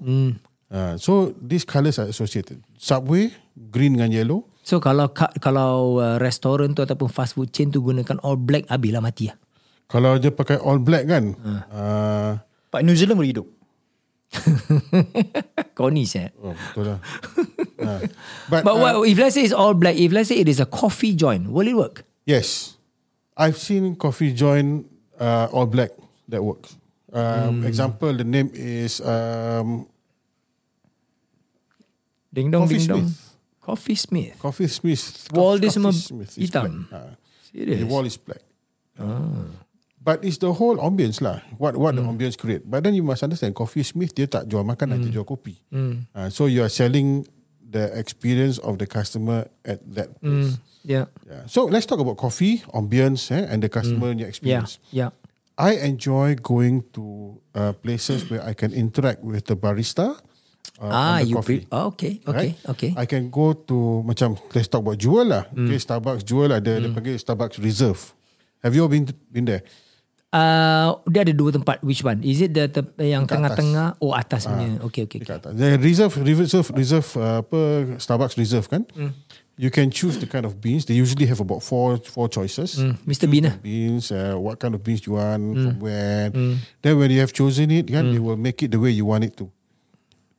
Speaker 2: Uh, so these colors are associated. Subway green dengan yellow.
Speaker 1: So kalau ka- kalau uh, restoran tu ataupun fast food chain tu gunakan all black, habislah mati lah.
Speaker 2: Kalau dia pakai all black kan, uh,
Speaker 9: But New Zealand boleh hidup
Speaker 1: Konis eh.
Speaker 2: oh, betul lah. uh, but
Speaker 1: But
Speaker 2: uh,
Speaker 1: what, if let's say it's all black, if let's say it is a coffee joint, will it work?
Speaker 2: Yes. I've seen coffee join uh, all black that works. Um, Example, the name is um,
Speaker 1: Ding dong,
Speaker 2: Coffee
Speaker 1: ding dong.
Speaker 2: Smith.
Speaker 1: Coffee Smith.
Speaker 2: Coffee Smith.
Speaker 1: Wall dia semua
Speaker 2: is
Speaker 1: hitam.
Speaker 2: black. Ah,
Speaker 1: Serious.
Speaker 2: the wall is black. But it's the whole ambience lah. What what the ambience create. But then you must understand, Coffee Smith dia tak jual makanan, dia jual kopi. Ah, so you Uh, are selling the experience of the customer at that place.
Speaker 1: Yeah.
Speaker 2: Yeah. So let's talk about coffee, ambience, eh, and the customer
Speaker 1: Yeah.
Speaker 2: experience.
Speaker 1: Yeah.
Speaker 2: I enjoy going to uh, places where I can interact with the barista. Uh, on
Speaker 1: Ah,
Speaker 2: the
Speaker 1: you
Speaker 2: coffee.
Speaker 1: pre- oh, okay. Okay.
Speaker 2: Right?
Speaker 1: Okay. Mm.
Speaker 2: I can go to macam let's talk about Jewel lah. Okay, Starbucks Jewel ada dia panggil Starbucks Reserve. Have you all been been there?
Speaker 1: Uh, dia ada dua tempat. Which one? Is it the te- yang tengah-tengah? Oh, atas punya.
Speaker 2: Ah.
Speaker 1: Okay, okay, okay.
Speaker 2: Dekat atas. The reserve, reserve, reserve uh, apa Starbucks reserve kan?
Speaker 1: Mm.
Speaker 2: You can choose the kind of beans. They usually have about four four choices.
Speaker 1: Mr. Bean lah.
Speaker 2: Beans, uh, what kind of beans you want, from where. Then when you have chosen it, kan, they will make it the way you want it to.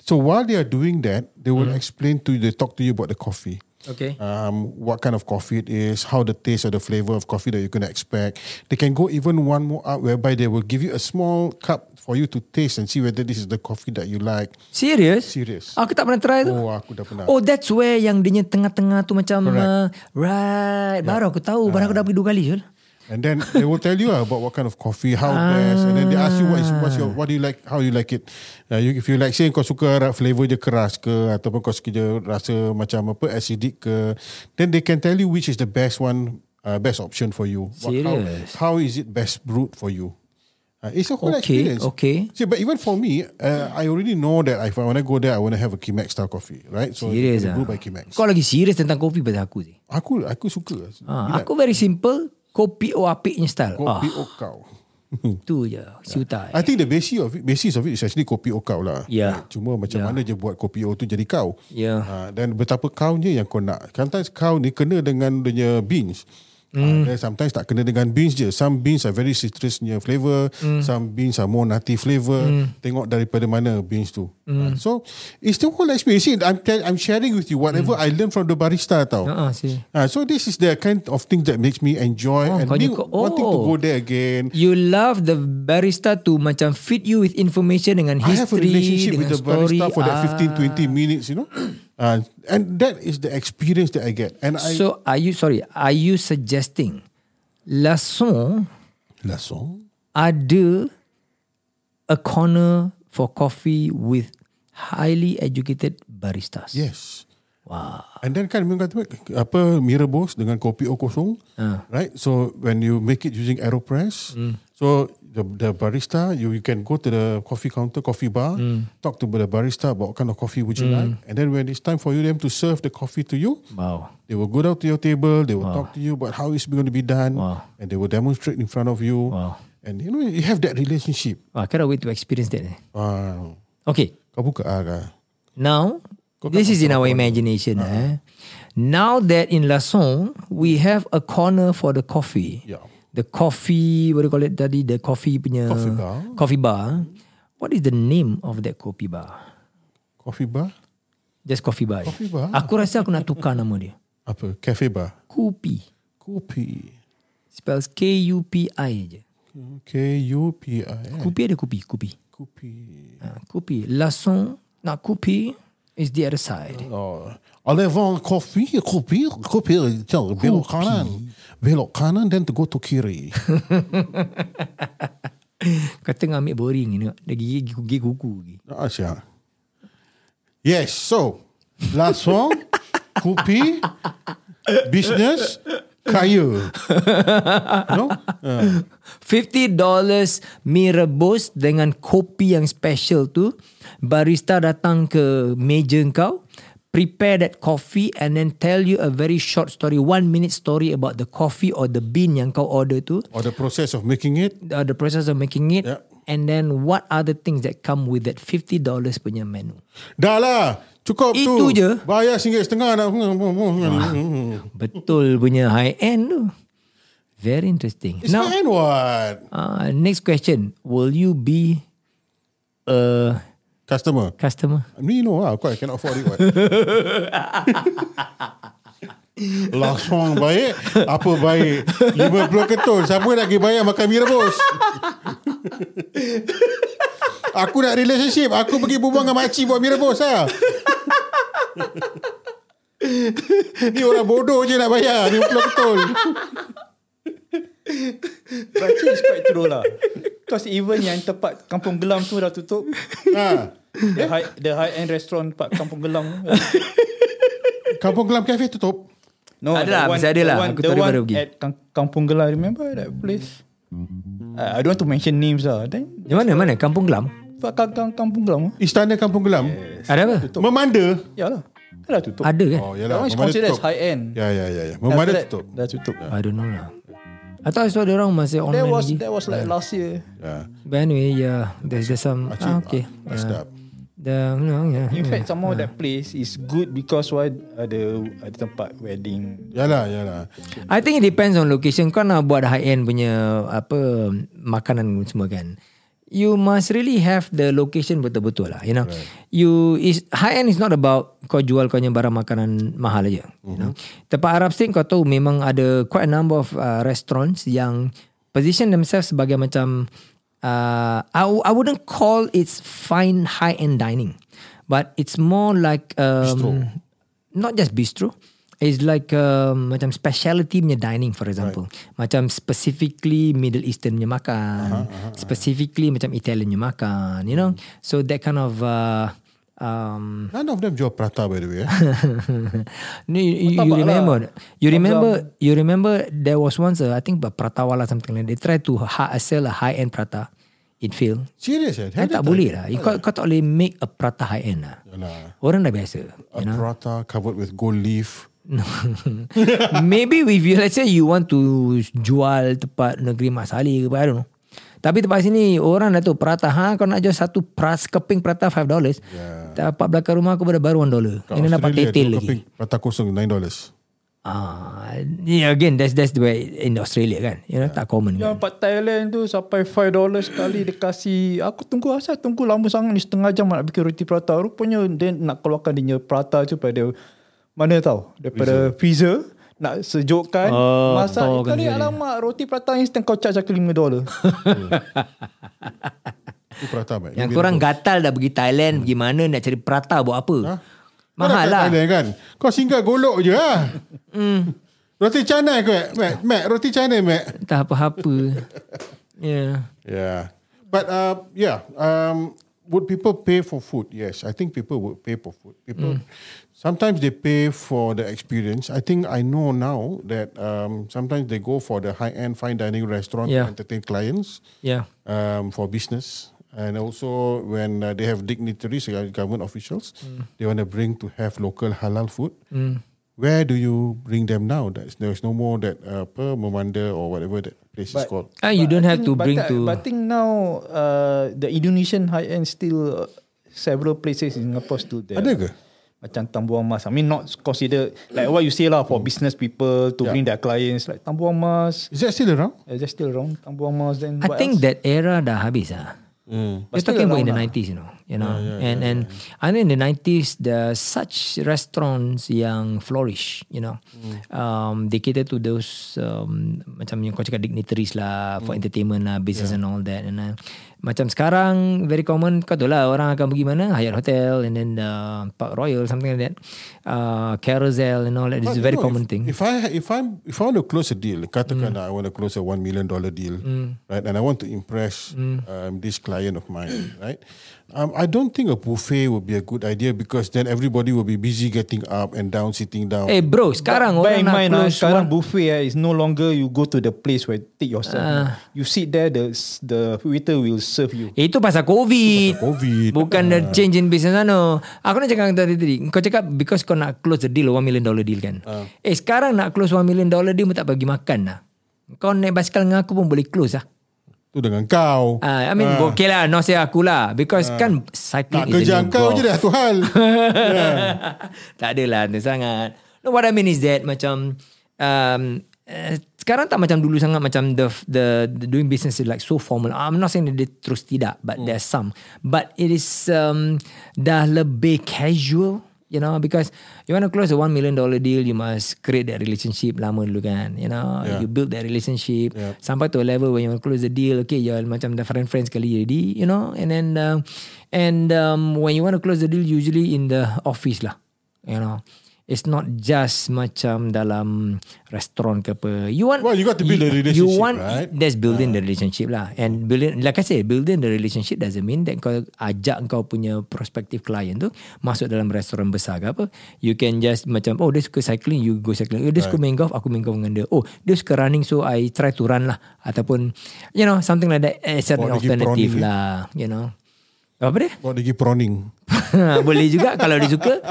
Speaker 2: So while they are doing that, they will explain to you, they talk to you about the coffee.
Speaker 1: Okay.
Speaker 2: Um, what kind of coffee it is, how the taste or the flavor of coffee that you're going to expect. They can go even one more up whereby they will give you a small cup for you to taste and see whether this is the coffee that you like.
Speaker 1: Serious?
Speaker 2: Serious.
Speaker 1: Aku tak pernah try tu.
Speaker 2: Oh, aku dah pernah.
Speaker 1: Oh, that's where yang dia punya tengah-tengah tu macam... Uh, right. Baru aku tahu. Baru
Speaker 2: Ah.
Speaker 1: aku dah pergi dua kali, Jul.
Speaker 2: And then they will tell you ah, about what kind of coffee, how best, and then they ask you what is what's your what do you like, how you like it. Uh, you, if you like say kau suka ra- flavour je keras ke ataupun kau suka je rasa macam apa acidic ke, then they can tell you which is the best one, uh, best option for you. What- how-
Speaker 1: Serious?
Speaker 2: How, is it best brewed for you? Uh, it's a whole
Speaker 1: Okay,
Speaker 2: experience.
Speaker 1: okay.
Speaker 2: See, but even for me, uh, I already know that if I want to go there, I want to have a Kimex style coffee, right? So
Speaker 1: Serious
Speaker 2: it's
Speaker 1: lah.
Speaker 2: brewed by Kimex.
Speaker 1: Kau lagi serius tentang kopi pasal aku sih.
Speaker 2: Aku aku suka.
Speaker 1: Ha, Ah, aku very simple. Kopi o apiknya style.
Speaker 2: Kopi Ya.
Speaker 1: ah,
Speaker 2: Ah, oh. Okau.
Speaker 1: tu je. Siutai.
Speaker 2: I think the basis of it, basis of it is actually kopi o kau lah.
Speaker 1: Yeah.
Speaker 2: Cuma macam
Speaker 1: Ya.
Speaker 2: yeah. mana je buat kopi o tu jadi kau.
Speaker 1: Yeah.
Speaker 2: Ah, dan betapa kau je yang kau nak. Sometimes kau ni kena dengan dia punya beans.
Speaker 1: Hmm.
Speaker 2: Mm. then sometimes tak kena dengan beans je. Some beans are very citrus punya flavour.
Speaker 1: Hmm.
Speaker 2: Some beans are more nutty flavour. Tengok daripada mana beans tu.
Speaker 1: Hmm.
Speaker 2: Ah, so it's the whole experience. See, I'm tell, I'm sharing with you whatever
Speaker 1: Hmm.
Speaker 2: I learned from the barista tau.
Speaker 1: Ha, see.
Speaker 2: Ah, so this is the kind of things that makes me enjoy
Speaker 1: Oh,
Speaker 2: and
Speaker 1: kau
Speaker 2: me
Speaker 1: juga-
Speaker 2: wanting to
Speaker 1: oh.
Speaker 2: go there again.
Speaker 1: You love the barista to macam feed you with information dengan
Speaker 2: I have a
Speaker 1: history,
Speaker 2: relationship
Speaker 1: dengan
Speaker 2: with the
Speaker 1: story. Ah,
Speaker 2: barista for that 15, 20 minutes, you know. Uh, and that is the experience that I get. And I...
Speaker 1: So are you sorry? Are you suggesting Lason
Speaker 2: Lasso?
Speaker 1: ada a corner for coffee with highly educated baristas?
Speaker 2: Yes. Wow. And then kan memang kata apa Mira Bose dengan kopi O kosong,
Speaker 1: Ah.
Speaker 2: right? So when you make it using Aeropress,
Speaker 1: Hmm.
Speaker 2: so the the barista you you can go to the coffee counter, coffee bar,
Speaker 1: Hmm.
Speaker 2: talk to the barista about what kind of coffee would you like, and then when it's time for you them to serve the coffee to you,
Speaker 1: Wow.
Speaker 2: They will go down to your table. They will talk to you about how it's going to be done,
Speaker 1: Wow.
Speaker 2: and they will demonstrate in front of you.
Speaker 1: Wow.
Speaker 2: And you know you have that relationship.
Speaker 1: I Ah, cannot wait to experience that. eh.
Speaker 2: Wow.
Speaker 1: Okay.
Speaker 2: Kau buka ah, kah?
Speaker 1: Now,
Speaker 2: kan
Speaker 1: this is in our imagination.
Speaker 2: Ah.
Speaker 1: Eh? Now that in Lason, we have a corner for the coffee.
Speaker 2: Yeah.
Speaker 1: The coffee, what do you call it tadi? The coffee punya...
Speaker 2: Coffee bar.
Speaker 1: Coffee bar. What is the name of that coffee bar?
Speaker 2: Coffee bar?
Speaker 1: Just coffee bar.
Speaker 2: Coffee bar.
Speaker 1: Aku rasa aku nak tukar nama dia.
Speaker 2: Apa? Cafe bar?
Speaker 1: Kopi.
Speaker 2: Kopi.
Speaker 1: Spells K-U-P-I je.
Speaker 2: K-U-P-I-N.
Speaker 1: Kopi ada kopi? Kopi.
Speaker 2: Kopi.
Speaker 1: Ha, kopi. Lason nak kopi is the other side.
Speaker 2: Oh. Alevon kopi, kopi, kopi. Tell, belok kanan. Belok kanan, then to go to kiri.
Speaker 1: Kata dengan ambil boring ni. tengok. Dia gigit gigit- gigit kuku lagi.
Speaker 2: Ah, siya. Yes, so last one, kopi, business, kaya. No? Uh,
Speaker 1: $50 mie rebus dengan kopi yang special tu. Barista datang ke meja kau. Prepare that coffee and then tell you a very short story, one minute story about the coffee or the bean yang kau order tu.
Speaker 2: or the process of making it.
Speaker 1: Uh, the process of making it.
Speaker 2: Yeah.
Speaker 1: And then what are the things that come with that $50 punya menu.
Speaker 2: Dah lah, cukup tu.
Speaker 1: Itu je.
Speaker 2: Bayar RM1.50 nak.
Speaker 1: Betul punya high end tu. Very interesting.
Speaker 2: It's
Speaker 1: Now,
Speaker 2: fine what?
Speaker 1: uh, next question. Will you be a
Speaker 2: Customer.
Speaker 1: customer?
Speaker 2: Me no lah, aku I cannot afford it what. Langsung baik Apa baik 50 ketul Siapa nak pergi bayar makan mie rebus Aku nak relationship Aku pergi berbual dengan makcik Buat mie rebus lah Ni orang bodoh je nak bayar 50 ketul
Speaker 9: But actually it's quite true lah. Because even yang tempat Kampung Gelam tu dah tutup.
Speaker 2: ha.
Speaker 9: The high, the high end restaurant tempat Kampung Gelam.
Speaker 2: Kampung Glam Cafe tutup.
Speaker 9: No,
Speaker 1: Ada
Speaker 9: the
Speaker 1: lah,
Speaker 9: one-
Speaker 1: mesti ada
Speaker 9: the
Speaker 1: lah.
Speaker 9: one-
Speaker 1: Aku
Speaker 9: the
Speaker 1: tahu dia
Speaker 9: one
Speaker 1: baru pergi.
Speaker 9: At Kam- Kampung Gelar, remember that place? Uh, I don't want to mention names lah. Then
Speaker 1: Di mana mana Kampung Glam?
Speaker 9: fuck Kam- Kam- Kampung Gelar mah?
Speaker 2: Istana Kampung Glam.
Speaker 1: Ada apa?
Speaker 2: Memanda.
Speaker 9: Ya lah. Dah lah tutup.
Speaker 1: Ada kan?
Speaker 2: Oh,
Speaker 9: That
Speaker 2: yalah.
Speaker 9: one is
Speaker 2: Memanda
Speaker 9: considered as
Speaker 2: tutup.
Speaker 9: high end.
Speaker 2: Ya, ya, ya. ya.
Speaker 9: Then after
Speaker 2: Memanda
Speaker 9: that,
Speaker 2: tutup.
Speaker 9: Dah tutup.
Speaker 1: I don't know lah. I thought I saw the orang masih online
Speaker 9: That was
Speaker 1: lagi.
Speaker 9: that was like last year.
Speaker 2: Ya.
Speaker 1: But anyway, yeah, there's there's some.
Speaker 2: Actually,
Speaker 1: Ah, okay.
Speaker 2: ah, sedap.
Speaker 1: The no, yeah. yeah.
Speaker 9: In fact, some of that place is good because why uh, ada ada tempat wedding.
Speaker 2: Yalah, yalah.
Speaker 1: I think it depends on location. Kau nak buat high end punya apa makanan semua kan. You must really have the location betul-betul lah. You know, right. you is high end is not about kau jual kau punya barang makanan mahal aja. Mm-hmm. You know, tempat Arab Street kau tahu memang ada quite a number of uh, restaurants yang position themselves sebagai macam uh, I, I wouldn't call it's fine high end dining, but it's more like um, not just bistro is like um, macam speciality punya dining for example right. macam specifically Middle Eastern punya makan uh-huh, uh-huh, Hmm. specifically macam Italian punya makan you know so that kind of uh, um,
Speaker 2: None of them jual prata by the way. eh.
Speaker 1: No, you, you, you
Speaker 9: Martabak lah.
Speaker 1: remember you remember you remember there was once uh, I think but Pratawala something like that. they try to ha- sell a high end prata it fail
Speaker 2: Serious eh?
Speaker 1: kan tak boleh lah You- kau, kau tak boleh make a prata high end lah
Speaker 2: Yalah.
Speaker 1: orang dah biasa
Speaker 2: A prata covered with gold leaf.
Speaker 1: Maybe if you let's say you want to jual tempat negeri Mak Saleh ke apa, I don't know. Tapi tempat sini orang dah tu prata ha kau nak jual satu pras keping prata 5 dollars. Yeah. Dapat belakang rumah aku pada baru 1 dollar.
Speaker 2: Kat
Speaker 1: Ini dapat
Speaker 2: Australia,
Speaker 1: tetel
Speaker 2: dua
Speaker 1: lagi.
Speaker 2: keping Prata kosong, $9. dollars.
Speaker 1: Ah, yeah, again that's that's the way in Australia kan. You know tak common kan.
Speaker 9: Yang empat Thailand tu sampai 5 dolar sekali dia kasih. Aku tunggu asal tunggu lama sangat ni setengah jam nak bikin roti prata. Rupanya dia nak keluarkan dia punya prata tu pada mana tahu daripada freezer nak sejukkan
Speaker 1: Oh,
Speaker 9: masak Eh,
Speaker 1: tahu kan
Speaker 9: kali
Speaker 1: dia.
Speaker 9: alamak roti prata instant kau charge aku 5 dolar.
Speaker 2: Itu prata baik.
Speaker 1: Yang korang gatal dah pergi Thailand pergi mana nak cari prata buat apa? Mahal lah. Hmm.
Speaker 2: Thailand, kan? Kau singgah golok je lah. Roti canai ke, Mac? Mac, Mac, roti canai, Mac.
Speaker 1: Entah apa-apa. yeah.
Speaker 2: Yeah. But uh, yeah, um, would people pay for food? Yes, I think people would pay for food. People sometimes they pay for the experience. I think I know now that um, sometimes they go for the high end fine dining restaurant
Speaker 1: Yeah.
Speaker 2: to entertain clients
Speaker 1: Yeah.
Speaker 2: um, for business. And also, when uh, they have dignitaries, uh, government officials, they want to bring to have local halal food. Where do you bring them now? There's, there's no more that uh, per memanda or whatever that place is called.
Speaker 1: Ah, you don't have to
Speaker 9: But
Speaker 1: bring
Speaker 9: I-
Speaker 1: to
Speaker 9: But I think now uh, the Indonesian high end still uh, several places in Singapore still there.
Speaker 2: Ada ke?
Speaker 9: Macam Tambuah Mas. I mean not considered like what you say lah
Speaker 1: Hmm.
Speaker 9: for business people to
Speaker 2: Yeah.
Speaker 9: bring their clients like Tambuah Mas.
Speaker 2: Is that still around?
Speaker 9: Is that still wrong? Tambuah Mas then
Speaker 1: I
Speaker 9: what
Speaker 1: think
Speaker 9: else?
Speaker 1: that era dah habis lah. Mm. You're
Speaker 9: But still
Speaker 1: talking about in the
Speaker 9: around lah.
Speaker 1: 90s, you know. You know, and and I think in the 90s there are such restaurants yang flourish, you know.
Speaker 9: Hmm.
Speaker 1: Um, they cater to those um, macam yang kau cakap dignitaries lah for
Speaker 9: Hmm.
Speaker 1: entertainment lah, business and all that. And uh, macam sekarang very common kau tahu lah orang akan pergi mana Hyatt Hotel and then uh, Park Royal something like that, uh, Carousel and all that. It's
Speaker 2: But
Speaker 1: a very
Speaker 2: you know,
Speaker 1: common
Speaker 2: if,
Speaker 1: thing. Mm.
Speaker 2: If I if I'm if I want to close a deal, katakan I want to close a one million dollar deal, right? And I want to impress
Speaker 1: Mm.
Speaker 2: um, this client of mine, right? Um, I don't think a buffet would be a good idea because then everybody will be busy getting up and down, sitting down.
Speaker 1: Eh bro, sekarang orang
Speaker 9: Bear in mind
Speaker 1: nak
Speaker 9: ah,
Speaker 1: close
Speaker 9: sekarang
Speaker 1: one-
Speaker 9: buffet eh, is no longer you go to the place where take yourself.
Speaker 1: Ah.
Speaker 9: you sit there, the the waiter will serve you.
Speaker 1: Eh, Itu pasal COVID.
Speaker 2: pasal COVID. Ah.
Speaker 1: Bukan the change in business ano. Aku nak cakap dengan kau tadi tadi. Kau cakap because kau nak close the deal 1 million dollar deal kan.
Speaker 2: Ah.
Speaker 1: Uh. Eh sekarang nak close 1 million dollar deal pun tak bagi makan lah. Kau naik basikal dengan aku pun boleh close lah.
Speaker 2: Tu dengan kau.
Speaker 1: Uh, I mean uh. okay lah. No say aku lah. Because uh. kan
Speaker 2: Ah. Nak
Speaker 1: cycling is a
Speaker 2: kerja
Speaker 1: new
Speaker 2: kau
Speaker 1: golf.
Speaker 2: je dah tu hal.
Speaker 1: tak adalah tu sangat. No, what I mean is that macam um, uh, sekarang tak macam dulu sangat macam the, the the doing business is like so formal. I'm not saying that dia terus tidak, but mm. there's some. But it is um, dah lebih casual. You know, because you want to close a one million dollar deal, you must create that relationship lama dulu kan. You know,
Speaker 2: Yeah.
Speaker 1: you build that relationship sampai to a level when you want to close the deal. Okay, you're macam the friend friends sekali jadi. You know, and then um, uh, and um, when you want to close the deal, usually in the office lah you know It's not just macam dalam restoran ke apa. You want
Speaker 2: Well, you got to build
Speaker 1: you,
Speaker 2: the
Speaker 1: You
Speaker 2: relationship,
Speaker 1: want
Speaker 2: right?
Speaker 1: that's building the relationship lah. And building like I said, building the relationship doesn't mean that kau ajak kau punya prospective client tu masuk dalam restoran besar ke apa. You can just macam oh dia suka cycling, you go cycling. Oh, dia suka main golf, aku main golf dengan dia. Oh, dia suka running so I try to run lah ataupun you know something like that as an
Speaker 2: Bawa dia pergi
Speaker 1: alternative
Speaker 2: prawning, eh?
Speaker 1: lah, you know. Apa dia?
Speaker 2: Buat lagi prawning.
Speaker 1: Boleh juga kalau dia suka.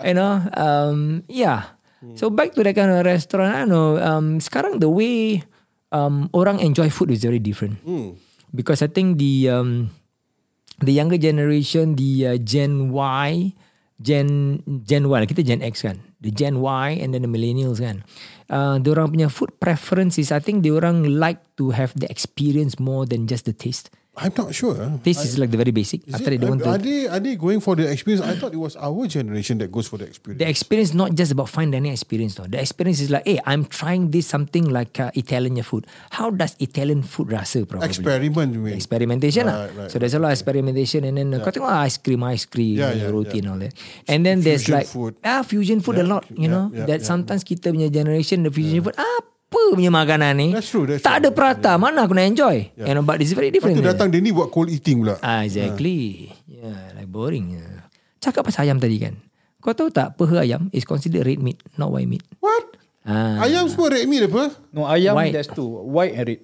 Speaker 1: You know, um, yeah. So back to that kind of restaurant, I know. Um, sekarang the way um, orang enjoy food is very different.
Speaker 2: Hmm.
Speaker 1: Because I think the um, the younger generation, the uh, Gen Y, Gen Gen Y, kita Gen X kan, the Gen Y and then the millennials kan. Uh, orang punya food preference is I think orang like to have the experience more than just the taste.
Speaker 2: I'm not sure.
Speaker 1: Taste is like the very basic.
Speaker 2: Is
Speaker 1: After that,
Speaker 2: it,
Speaker 1: they want to
Speaker 2: are, they, are they going for the experience? I thought it was our generation that goes for the experience.
Speaker 1: The experience not just about fine dining experience though. The experience is like, hey, I'm trying this something like uh, Italian food. How does Italian food rasa probably?
Speaker 2: Experiment, you mean?
Speaker 1: Experimentation lah.
Speaker 2: Right, right,
Speaker 1: so there's a lot of experimentation and then uh, kau tengok ah, ice cream, ice cream,
Speaker 2: Yeah,
Speaker 1: yeah,
Speaker 2: yeah,
Speaker 1: roti and
Speaker 2: yeah.
Speaker 1: all that. And then there's
Speaker 2: Fusion
Speaker 1: like
Speaker 2: food.
Speaker 1: ah fusion food a
Speaker 2: Yeah,
Speaker 1: lot, you
Speaker 2: yeah,
Speaker 1: know.
Speaker 2: yeah,
Speaker 1: that
Speaker 2: yeah.
Speaker 1: sometimes kita punya generation the fusion food apa punya makanan ni?
Speaker 2: That's true, that's
Speaker 1: tak ada
Speaker 2: true.
Speaker 1: prata, mana aku nak enjoy? You know, but it's very
Speaker 2: Lepas
Speaker 1: different.
Speaker 2: tu
Speaker 1: there.
Speaker 2: datang dia ni buat cold eating pula.
Speaker 1: Ah, exactly. Yeah. yeah, like boring. Yeah. Cakap pasal ayam tadi kan. Kau tahu tak peha ayam is considered red meat, not white meat.
Speaker 2: What?
Speaker 1: Ah,
Speaker 2: Ayam semua red meat apa?
Speaker 9: No, ayam
Speaker 1: White.
Speaker 9: white. there's two. White and red.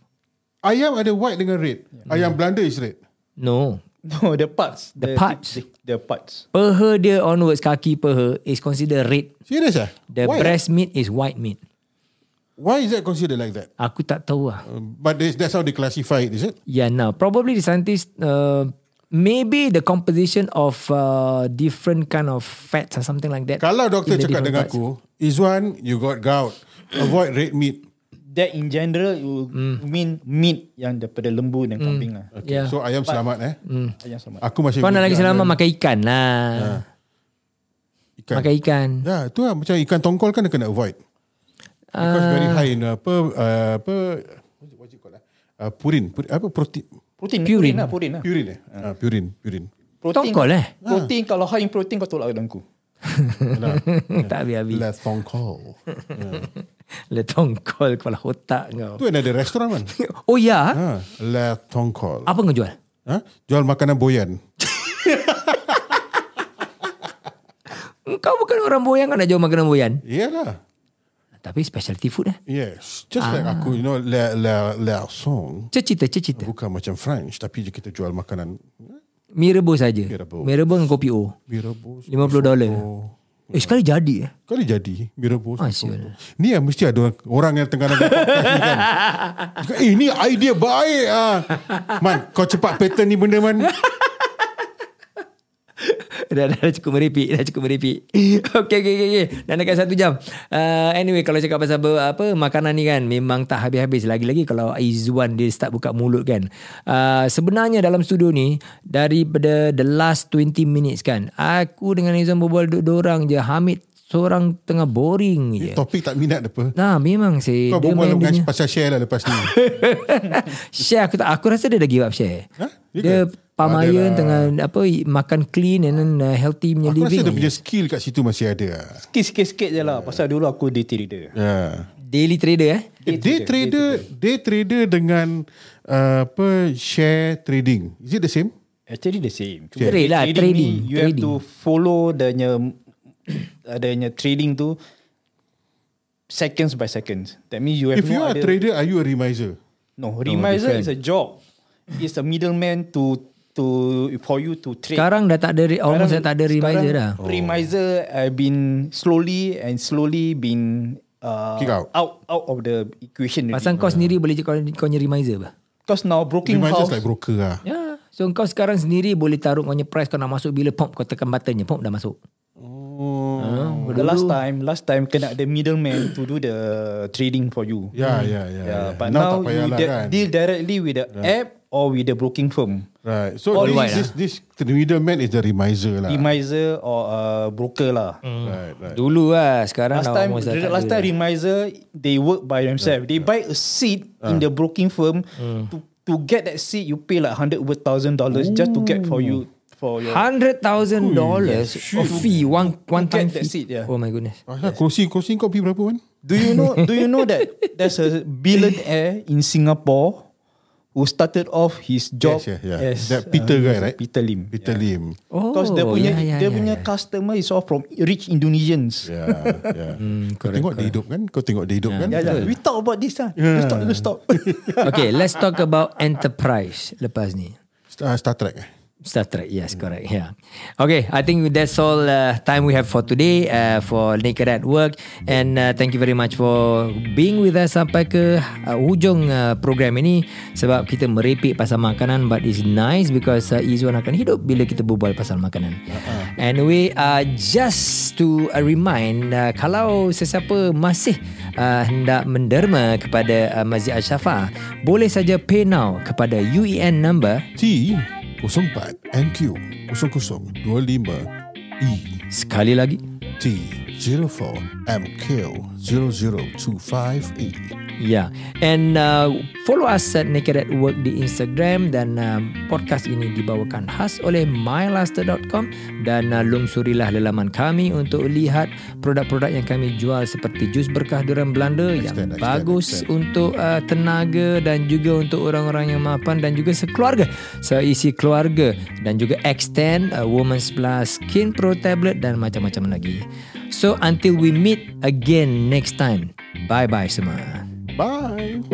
Speaker 2: Ayam ada white dengan red. Ayam Belanda is red.
Speaker 1: no.
Speaker 9: No, the parts.
Speaker 1: The parts.
Speaker 9: The, the parts.
Speaker 1: Peha dia onwards kaki peha is considered red.
Speaker 2: Serious ah?
Speaker 1: The
Speaker 2: Why?
Speaker 1: breast meat is white meat.
Speaker 2: Why is that considered like that?
Speaker 1: Aku tak tahu lah.
Speaker 2: Um, But that's, that's how they classify it, is it?
Speaker 1: Yeah, now probably the scientists, uh, maybe the composition of uh, different kind of fats or something like that.
Speaker 2: Kalau doktor
Speaker 1: in the
Speaker 2: cakap
Speaker 1: different
Speaker 2: dengan
Speaker 1: parts.
Speaker 2: aku, Izwan, you got gout. Avoid red meat.
Speaker 9: That in general you
Speaker 1: Mm.
Speaker 9: mean meat yang daripada lembu dan kambing lah.
Speaker 1: yeah. Hmm.
Speaker 2: So ayam selamat eh.
Speaker 9: Ayam selamat.
Speaker 2: Aku masih
Speaker 1: Kau nak lagi
Speaker 2: ikut
Speaker 1: selama
Speaker 2: ayam
Speaker 1: makan ikan lah.
Speaker 2: Ah, ikan.
Speaker 1: Makan ikan.
Speaker 2: Ya, tu lah macam ikan tongkol kan dia kena avoid. Because very
Speaker 1: Ah.
Speaker 2: high in apa uh, apa what's it called ah? Uh, purin, purin, apa protein
Speaker 1: Purin.
Speaker 9: Protein. Purin lah. Purin lah.
Speaker 2: purin eh? Uh, purin, purin.
Speaker 9: Protein.
Speaker 1: Tongkol eh?
Speaker 9: Protein. Kalau high in protein kau tolak dalam ku.
Speaker 1: tak habis-habis.
Speaker 2: La tongkol.
Speaker 1: Le tongkol kepala otak kau.
Speaker 2: tu ada restoran kan?
Speaker 1: Oh ya.
Speaker 2: Ha, la tongkol.
Speaker 1: Apa kau jual?
Speaker 2: Ha? Jual makanan boyan.
Speaker 1: Kau bukan orang boyan kau nak jual makanan boyan.
Speaker 2: Iyalah.
Speaker 1: Tapi specialty food eh.
Speaker 2: Yes. Just ah. like aku, you know, la la la song.
Speaker 1: Cecita, cecita.
Speaker 2: Bukan macam French, tapi kita jual makanan ya,
Speaker 1: Mie rebus saja.
Speaker 2: Mie rebus.
Speaker 1: Mie rebus dengan kopi O.
Speaker 2: mi rebus.
Speaker 1: 50 dolar. Eh sekali jadi eh.
Speaker 2: Kali jadi mi rebus.
Speaker 1: Ah,
Speaker 2: risotto.
Speaker 1: sial.
Speaker 2: Ni yang mesti ada orang, orang yang tengah nak podcast ni kan. Cakap, eh ni idea baik ah. Man, kau cepat pattern ni benda man.
Speaker 1: dah, dah, dah cukup merepek Dah cukup merepek Okay okay okay, okay. Dah dekat satu jam uh, Anyway kalau cakap pasal apa, apa Makanan ni kan Memang tak habis-habis Lagi-lagi kalau Izzuan Dia start buka mulut kan uh, Sebenarnya dalam studio ni Daripada the last 20 minutes kan Aku dengan Izzuan berbual Dua orang je Hamid Seorang tengah boring je
Speaker 2: Topik tak minat apa.
Speaker 1: Nah memang sih
Speaker 2: Kau
Speaker 1: Eh, Dia
Speaker 2: berbual
Speaker 1: main
Speaker 2: dengan
Speaker 1: dia-
Speaker 2: pasal share lah lepas ni.
Speaker 1: Share aku tak Aku rasa dia dah give up share
Speaker 2: Ha? Dia
Speaker 1: Dia
Speaker 2: ke?
Speaker 1: Pamayun
Speaker 2: Adalah.
Speaker 1: dengan apa makan clean and then uh, healthy punya
Speaker 2: Aku rasa
Speaker 1: living.
Speaker 2: dia
Speaker 1: je.
Speaker 2: punya skill kat situ masih ada. ah.
Speaker 9: Sikit-sikit je lah. Pasal dulu aku day trader.
Speaker 2: Ya.
Speaker 1: Daily trader eh.
Speaker 2: Eh, Day trader, day trader dengan uh, apa share trading. Is it the same?
Speaker 9: Actually the same.
Speaker 1: Trade lah, trading,
Speaker 9: Ni, you
Speaker 1: trading.
Speaker 9: have to follow adanya adanya trading tu seconds by seconds. That means you have
Speaker 2: If you
Speaker 9: no
Speaker 2: are a
Speaker 9: idea.
Speaker 2: trader, are you a remiser?
Speaker 9: no, remiser is a job. It's a middleman to to for you to trade.
Speaker 1: Sekarang dah tak ada re- almost dah
Speaker 9: Sekarang-
Speaker 1: tak ada reminder lah.
Speaker 9: sekarang Oh,
Speaker 1: dah.
Speaker 9: Remiser I've been slowly and slowly been uh,
Speaker 2: Kick out.
Speaker 9: out out of the equation.
Speaker 1: Pasal
Speaker 9: already.
Speaker 1: kau sendiri boleh cakap kau punya reminder apa?
Speaker 9: Because now broking
Speaker 2: Remiser is
Speaker 9: house
Speaker 2: like broker lah.
Speaker 1: Ya. Yeah. So kau sekarang sendiri boleh taruh kau punya price kau nak masuk bila pop kau tekan buttonnya pop dah masuk. Ah,
Speaker 2: Oh.
Speaker 9: The last time, last time kena ada middleman to do the trading for you.
Speaker 2: Ya, ya, ya.
Speaker 9: Yeah,
Speaker 2: ya.
Speaker 9: but now,
Speaker 2: tak
Speaker 9: you
Speaker 2: payahlah
Speaker 9: di-
Speaker 2: kan.
Speaker 9: deal directly with the app or with the broking firm,
Speaker 2: Right. So
Speaker 1: All
Speaker 2: this,
Speaker 1: white
Speaker 2: this, this, the middleman is the remiser lah.
Speaker 9: remiser or uh, broker lah.
Speaker 1: Mm.
Speaker 2: Right, right.
Speaker 1: Dulu lah sekarang
Speaker 9: Last
Speaker 1: dah
Speaker 9: time,
Speaker 1: almost dah tak
Speaker 9: last
Speaker 1: ada
Speaker 9: time
Speaker 1: dah.
Speaker 9: remiser they work by themselves. They buy a seat in the
Speaker 1: Mm.
Speaker 9: broking firm to to get that seat you pay like hundred over thousand dollars just to get for you for your
Speaker 1: Hundred thousand dollars of fee one one
Speaker 9: That-
Speaker 1: time
Speaker 9: that's
Speaker 1: fee.
Speaker 9: it, yeah.
Speaker 1: Oh my goodness.
Speaker 2: Ah, kerusi, kerusi kau pergi berapa kan?
Speaker 9: Do you know do you know that there's a billionaire in Singapore who started off his job
Speaker 2: Yes, yeah, yeah.
Speaker 9: as uh,
Speaker 2: That Peter guy, right?
Speaker 9: Peter Lim.
Speaker 2: Peter yeah. Lim.
Speaker 1: Oh,
Speaker 9: Because dia punya
Speaker 1: yeah, yeah,
Speaker 9: dia
Speaker 1: yeah,
Speaker 9: punya
Speaker 1: yeah.
Speaker 9: customer is all from rich Indonesians.
Speaker 2: Ya, ya. Kau tengok dia hidup kan? Kau tengok dia hidup kan?
Speaker 9: Hmm, Yeah, yeah. We talk about this lah. Yeah. Stop, you stop.
Speaker 1: Okay, let's talk about enterprise lepas ni.
Speaker 2: Ah, Star Trek. eh?
Speaker 1: Star Trek, yes, correct. Yeah. Okay, I think that's all uh, time we have for today uh, for Naked at Work. And uh, thank you very much for being with us sampai ke uh, hujung uh, program ini. Sebab kita merepek pasal makanan but it's nice because uh, Izwan akan hidup bila kita berbual pasal makanan. Uh-huh. Anyway, uh, just to uh, remind, uh, kalau sesiapa masih uh, hendak menderma kepada uh, Masjid Al-Shafa, boleh saja pay now kepada UEN number
Speaker 2: T 04 NQ 0025 E
Speaker 1: sekali lagi
Speaker 2: T 04 MQ 0025 E.
Speaker 1: Yeah. Ya. And uh, follow us at Naked at Work di Instagram dan uh, podcast ini dibawakan khas oleh mylaster.com dan uh, lungsurilah lelaman kami untuk lihat produk-produk yang kami jual seperti jus berkah durian Belanda yang
Speaker 2: Extend, extend,
Speaker 1: bagus
Speaker 2: extend.
Speaker 1: untuk uh, tenaga dan juga untuk orang-orang yang mapan dan juga sekeluarga, seisi keluarga dan juga extend uh, Women's Plus Skin Pro Tablet dan macam-macam lagi. So until we meet again next time. Bye-bye semua.
Speaker 2: Bye.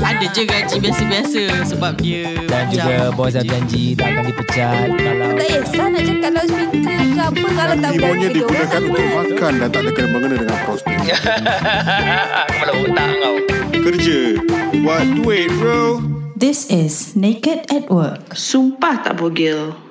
Speaker 3: Ada je gaji biasa-biasa sebab dia
Speaker 1: Dan juga bos dah janji tak akan dipecat kalau
Speaker 4: Tak kisah nak cakap laut minta ke apa Kalau tak berani
Speaker 5: Timonya
Speaker 4: dia orang
Speaker 5: digunakan
Speaker 4: tak
Speaker 5: untuk
Speaker 4: buat.
Speaker 5: makan dan tak ada kena mengena dengan prostitusi.
Speaker 6: Kepala otak kau
Speaker 5: Kerja, buat duit bro.
Speaker 7: This is Naked at Work.
Speaker 8: Sumpah tak bogel.